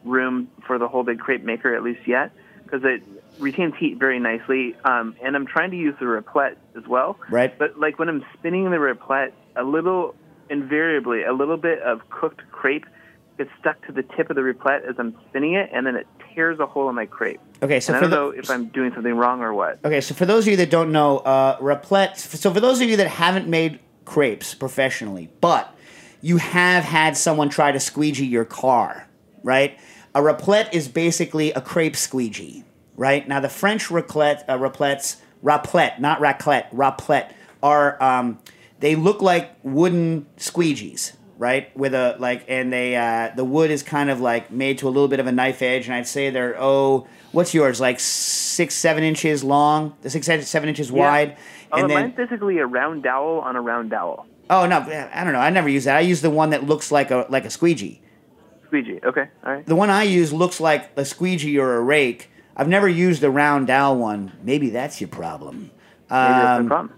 Speaker 7: room for the whole big crepe maker, at least yet, because it retains heat very nicely. Um, and I'm trying to use the replette as well.
Speaker 1: Right.
Speaker 7: But, like, when I'm spinning the replette, a little, invariably, a little bit of cooked crepe gets stuck to the tip of the replette as I'm spinning it, and then it tears a hole in my crepe.
Speaker 1: Okay, so
Speaker 7: and I
Speaker 1: for
Speaker 7: don't
Speaker 1: the-
Speaker 7: know if I'm doing something wrong or what.
Speaker 1: Okay, so for those of you that don't know, uh, replette. So for those of you that haven't made crepes professionally, but you have had someone try to squeegee your car, right? A replette is basically a crepe squeegee, right? Now the French raclette, uh, replettes, raplette, not raclette, raplette are um, they look like wooden squeegees, right? With a like, and they uh, the wood is kind of like made to a little bit of a knife edge, and I'd say they're oh, what's yours? Like six, seven inches long, the six, seven inches wide,
Speaker 7: Oh,
Speaker 1: and
Speaker 7: mine's
Speaker 1: then
Speaker 7: basically a round dowel on a round dowel.
Speaker 1: oh no, I don't know, I never use that. I use the one that looks like a like a squeegee.
Speaker 7: Squeegee. Okay. All right.
Speaker 1: The one I use looks like a squeegee or a rake. I've never used the round dowel one. Maybe that's your problem.
Speaker 7: Maybe that's
Speaker 1: Um,
Speaker 7: no problem.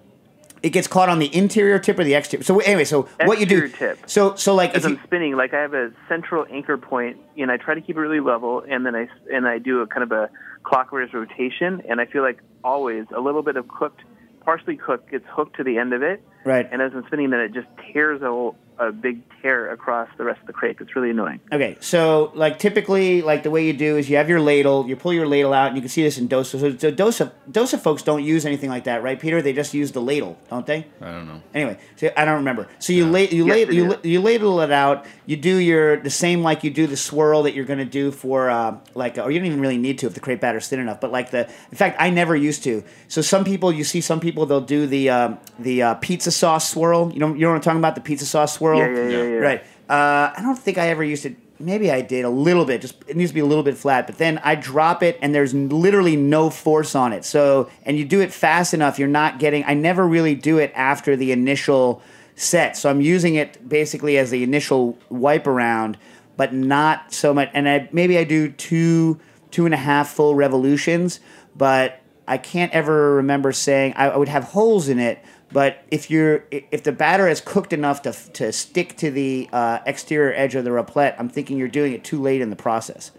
Speaker 1: it gets caught on the interior tip or the exterior. So anyway, so what you do?
Speaker 7: Exterior tip.
Speaker 1: So so like
Speaker 7: As
Speaker 1: if you,
Speaker 7: I'm spinning, like I have a central anchor point, and I try to keep it really level, and then I s- and I do a kind of a clockwise rotation, and I feel like always a little bit of cooked, partially cooked, gets hooked to the end of it,
Speaker 1: right.
Speaker 7: and as I'm spinning, then it just tears a, whole- a big tear across the rest of the crepe. It's really annoying.
Speaker 1: Okay, so like typically, like the way you do is you have your ladle, you pull your ladle out, and you can see this in dosa. So, so dosa, dosa folks don't use anything like that, right, Peter? They just use the ladle, don't they?
Speaker 3: I don't know.
Speaker 1: Anyway, so I don't remember. So you la- you
Speaker 7: Yes,
Speaker 1: la-
Speaker 7: it
Speaker 1: you,
Speaker 7: is.
Speaker 1: la- you ladle it out. You do your the same like you do the swirl that you're going to do for uh, like or you don't even really need to if the crepe batter's thin enough. But like the in fact, I never used to. So some people you see some people they'll do the um, the uh, pizza sauce swirl. You know you know what I'm talking about the pizza sauce swirl.
Speaker 7: Yeah, yeah, yeah, yeah.
Speaker 1: Right. Uh, I don't think I ever used it. Maybe I did a little bit. Just it needs to be a little bit flat. But then I drop it, and there's n- literally no force on it. So and you do it fast enough, you're not getting. I never really do it after the initial set. So I'm using it basically as the initial wipe around, but not so much. And I maybe I do two two and a half full revolutions, but I can't ever remember saying I, I would have holes in it. But if you're i- if the batter is cooked enough to to stick to the uh, exterior edge of the replette, I'm thinking you're doing it too late in the process.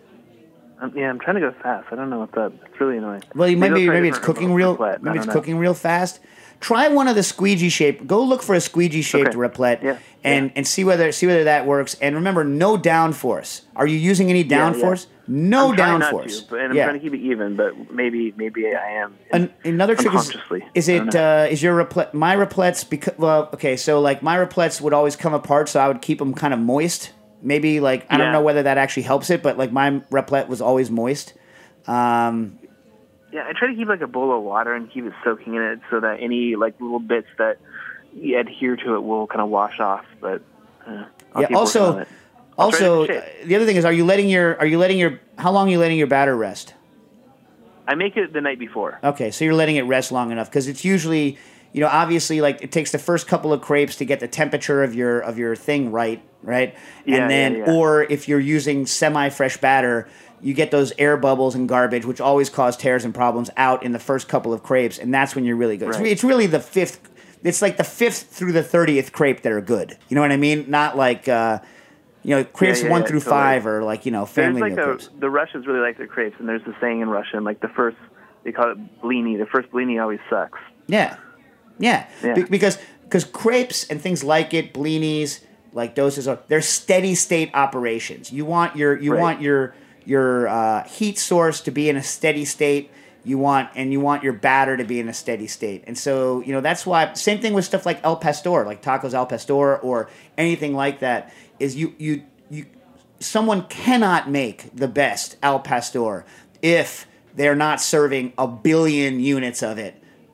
Speaker 7: Um, yeah, I'm trying to go fast. I don't know what that. It's really annoying.
Speaker 1: Well, you
Speaker 7: Maybe I'll
Speaker 1: maybe
Speaker 7: try
Speaker 1: maybe it's
Speaker 7: different
Speaker 1: cooking real
Speaker 7: replette. I
Speaker 1: maybe it's
Speaker 7: don't know.
Speaker 1: cooking real fast. Try one of the squeegee shape. Go look for a squeegee shaped
Speaker 7: Okay.
Speaker 1: replette
Speaker 7: Yeah.
Speaker 1: and
Speaker 7: Yeah.
Speaker 1: and see whether see whether that works. And remember, no downforce. Are you using any
Speaker 7: yeah.
Speaker 1: downforce? No
Speaker 7: I'm trying not
Speaker 1: downforce.
Speaker 7: to, but- and I'm
Speaker 1: yeah.
Speaker 7: trying to keep it even, but maybe maybe I am.
Speaker 1: An- another trick is
Speaker 7: Unconsciously.
Speaker 1: is
Speaker 7: I don't
Speaker 1: it uh, is your replet my replets because well okay so like my replets would always come apart so I would keep them kind of moist maybe like I don't
Speaker 7: Yeah.
Speaker 1: know whether that actually helps it but like my replet was always moist um,
Speaker 7: Yeah, I try to keep like a bowl of water and keep it soaking in it so that any like little bits that you adhere to it will kind of wash off. But uh, I'll
Speaker 1: yeah
Speaker 7: keep working on
Speaker 1: also
Speaker 7: it. I'll try to
Speaker 1: also
Speaker 7: fix
Speaker 1: uh,
Speaker 7: it.
Speaker 1: the other thing is are you letting your are you letting your how long are you letting your batter rest
Speaker 7: I make it the night before.
Speaker 1: Okay, so you're letting it rest long enough because it's usually, you know, obviously like it takes the first couple of crepes to get the temperature of your of your thing right, right?
Speaker 7: Yeah,
Speaker 1: and then
Speaker 7: yeah, yeah.
Speaker 1: or if you're using semi-fresh batter, you get those air bubbles and garbage which always cause tears and problems out in the first couple of crepes and that's when you're really good. It's,
Speaker 7: Right.
Speaker 1: re- it's really the fifth it's like the fifth through the 30th crepe that are good. You know what I mean? Not like uh you know, crepes
Speaker 7: yeah,
Speaker 1: one
Speaker 7: yeah,
Speaker 1: through
Speaker 7: totally.
Speaker 1: five are like, you know,
Speaker 7: There's
Speaker 1: family
Speaker 7: like
Speaker 1: meal
Speaker 7: a,
Speaker 1: crepes.
Speaker 7: the Russians really like their crepes, and there's the saying in Russian like the first they call it blini. The first blini always sucks.
Speaker 1: Yeah, yeah.
Speaker 7: Yeah.
Speaker 1: Be- because because crepes and things like it, blinis, like doses are they're steady state operations. You want your you
Speaker 7: Right.
Speaker 1: want your your uh, heat source to be in a steady state. You want and you want your batter to be in a steady state. And so you know that's why same thing with stuff like El Pastor, like tacos El Pastor or anything like that. Is you you you someone cannot make the best al pastor if they're not serving a billion units of it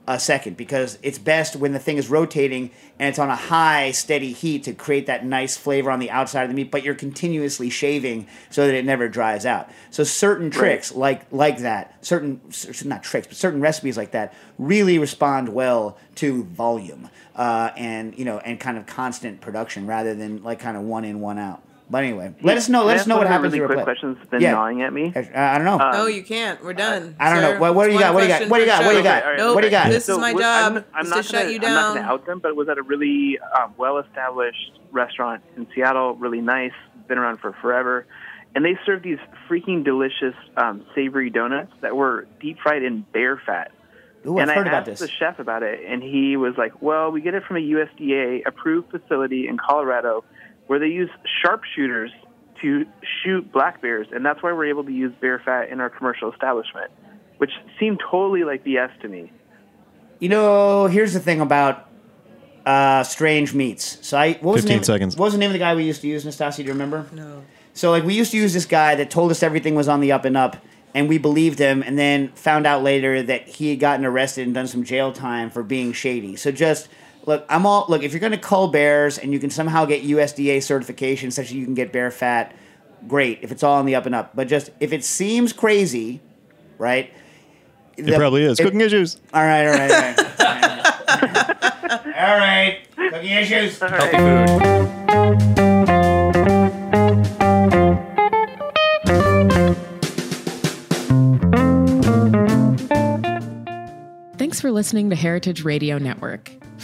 Speaker 1: a second because it's best when the thing is rotating and it's on a high steady heat to create that nice flavor on the outside of the meat but you're continuously shaving so that it never dries out so certain tricks like like that certain s- not tricks but certain recipes like that really respond well to volume uh, and you know and kind of constant production rather than like kind of one in one out but anyway let us know.
Speaker 7: Can I
Speaker 1: Let us
Speaker 7: ask
Speaker 1: know what
Speaker 7: one of the
Speaker 1: happens. to
Speaker 7: Really
Speaker 1: your
Speaker 7: quick
Speaker 1: play.
Speaker 7: questions been
Speaker 1: Yeah.
Speaker 7: gnawing at me.
Speaker 1: Uh, I don't know.
Speaker 7: Um,
Speaker 6: No, you can't. We're done.
Speaker 1: I don't know.
Speaker 6: sir.
Speaker 1: What- what do you
Speaker 6: It's
Speaker 1: got?
Speaker 6: one
Speaker 1: What do you got?
Speaker 6: question
Speaker 1: What do you
Speaker 6: per
Speaker 1: got? What do
Speaker 6: show.
Speaker 1: you got?
Speaker 6: Nope.
Speaker 1: What do you got?
Speaker 6: This is my
Speaker 7: what-
Speaker 6: job.
Speaker 7: I'm, I'm
Speaker 6: is
Speaker 7: not
Speaker 6: to
Speaker 7: gonna,
Speaker 6: shut you
Speaker 7: I'm not
Speaker 6: down.
Speaker 7: going to out them, but it was at a really um, well-established restaurant in Seattle. Really nice, been around for forever, and they served these freaking delicious um, savory donuts that were deep fried in bear fat.
Speaker 1: Ooh, I've
Speaker 7: and
Speaker 1: heard
Speaker 7: I
Speaker 1: about this.
Speaker 7: asked the chef about it, and he was like, "Well, we get it from a USDA approved facility in Colorado, where they use sharpshooters to shoot black bears, and that's why we're able to use bear fat in our commercial establishment." Which seemed totally like BS to me.
Speaker 1: You know, here's the thing about uh, strange meats. So I what was the
Speaker 4: 15
Speaker 1: name,
Speaker 4: seconds.
Speaker 1: What was the name of the guy we used to use, Nastasi? Do you remember?
Speaker 6: No.
Speaker 1: So like we used to use this guy that told us everything was on the up and up, and we believed him, and then found out later that he had gotten arrested and done some jail time for being shady. So just look, I'm all look. If you're going to cull bears and you can somehow get USDA certification such that you can get bear fat, great. If it's all on the up and up, but just if it seems crazy, right?
Speaker 4: It probably is. Cooking issues.
Speaker 1: All right, all right, all right. all right. Cooking issues.
Speaker 3: Healthy food.
Speaker 8: Thanks for listening to Heritage Radio Network,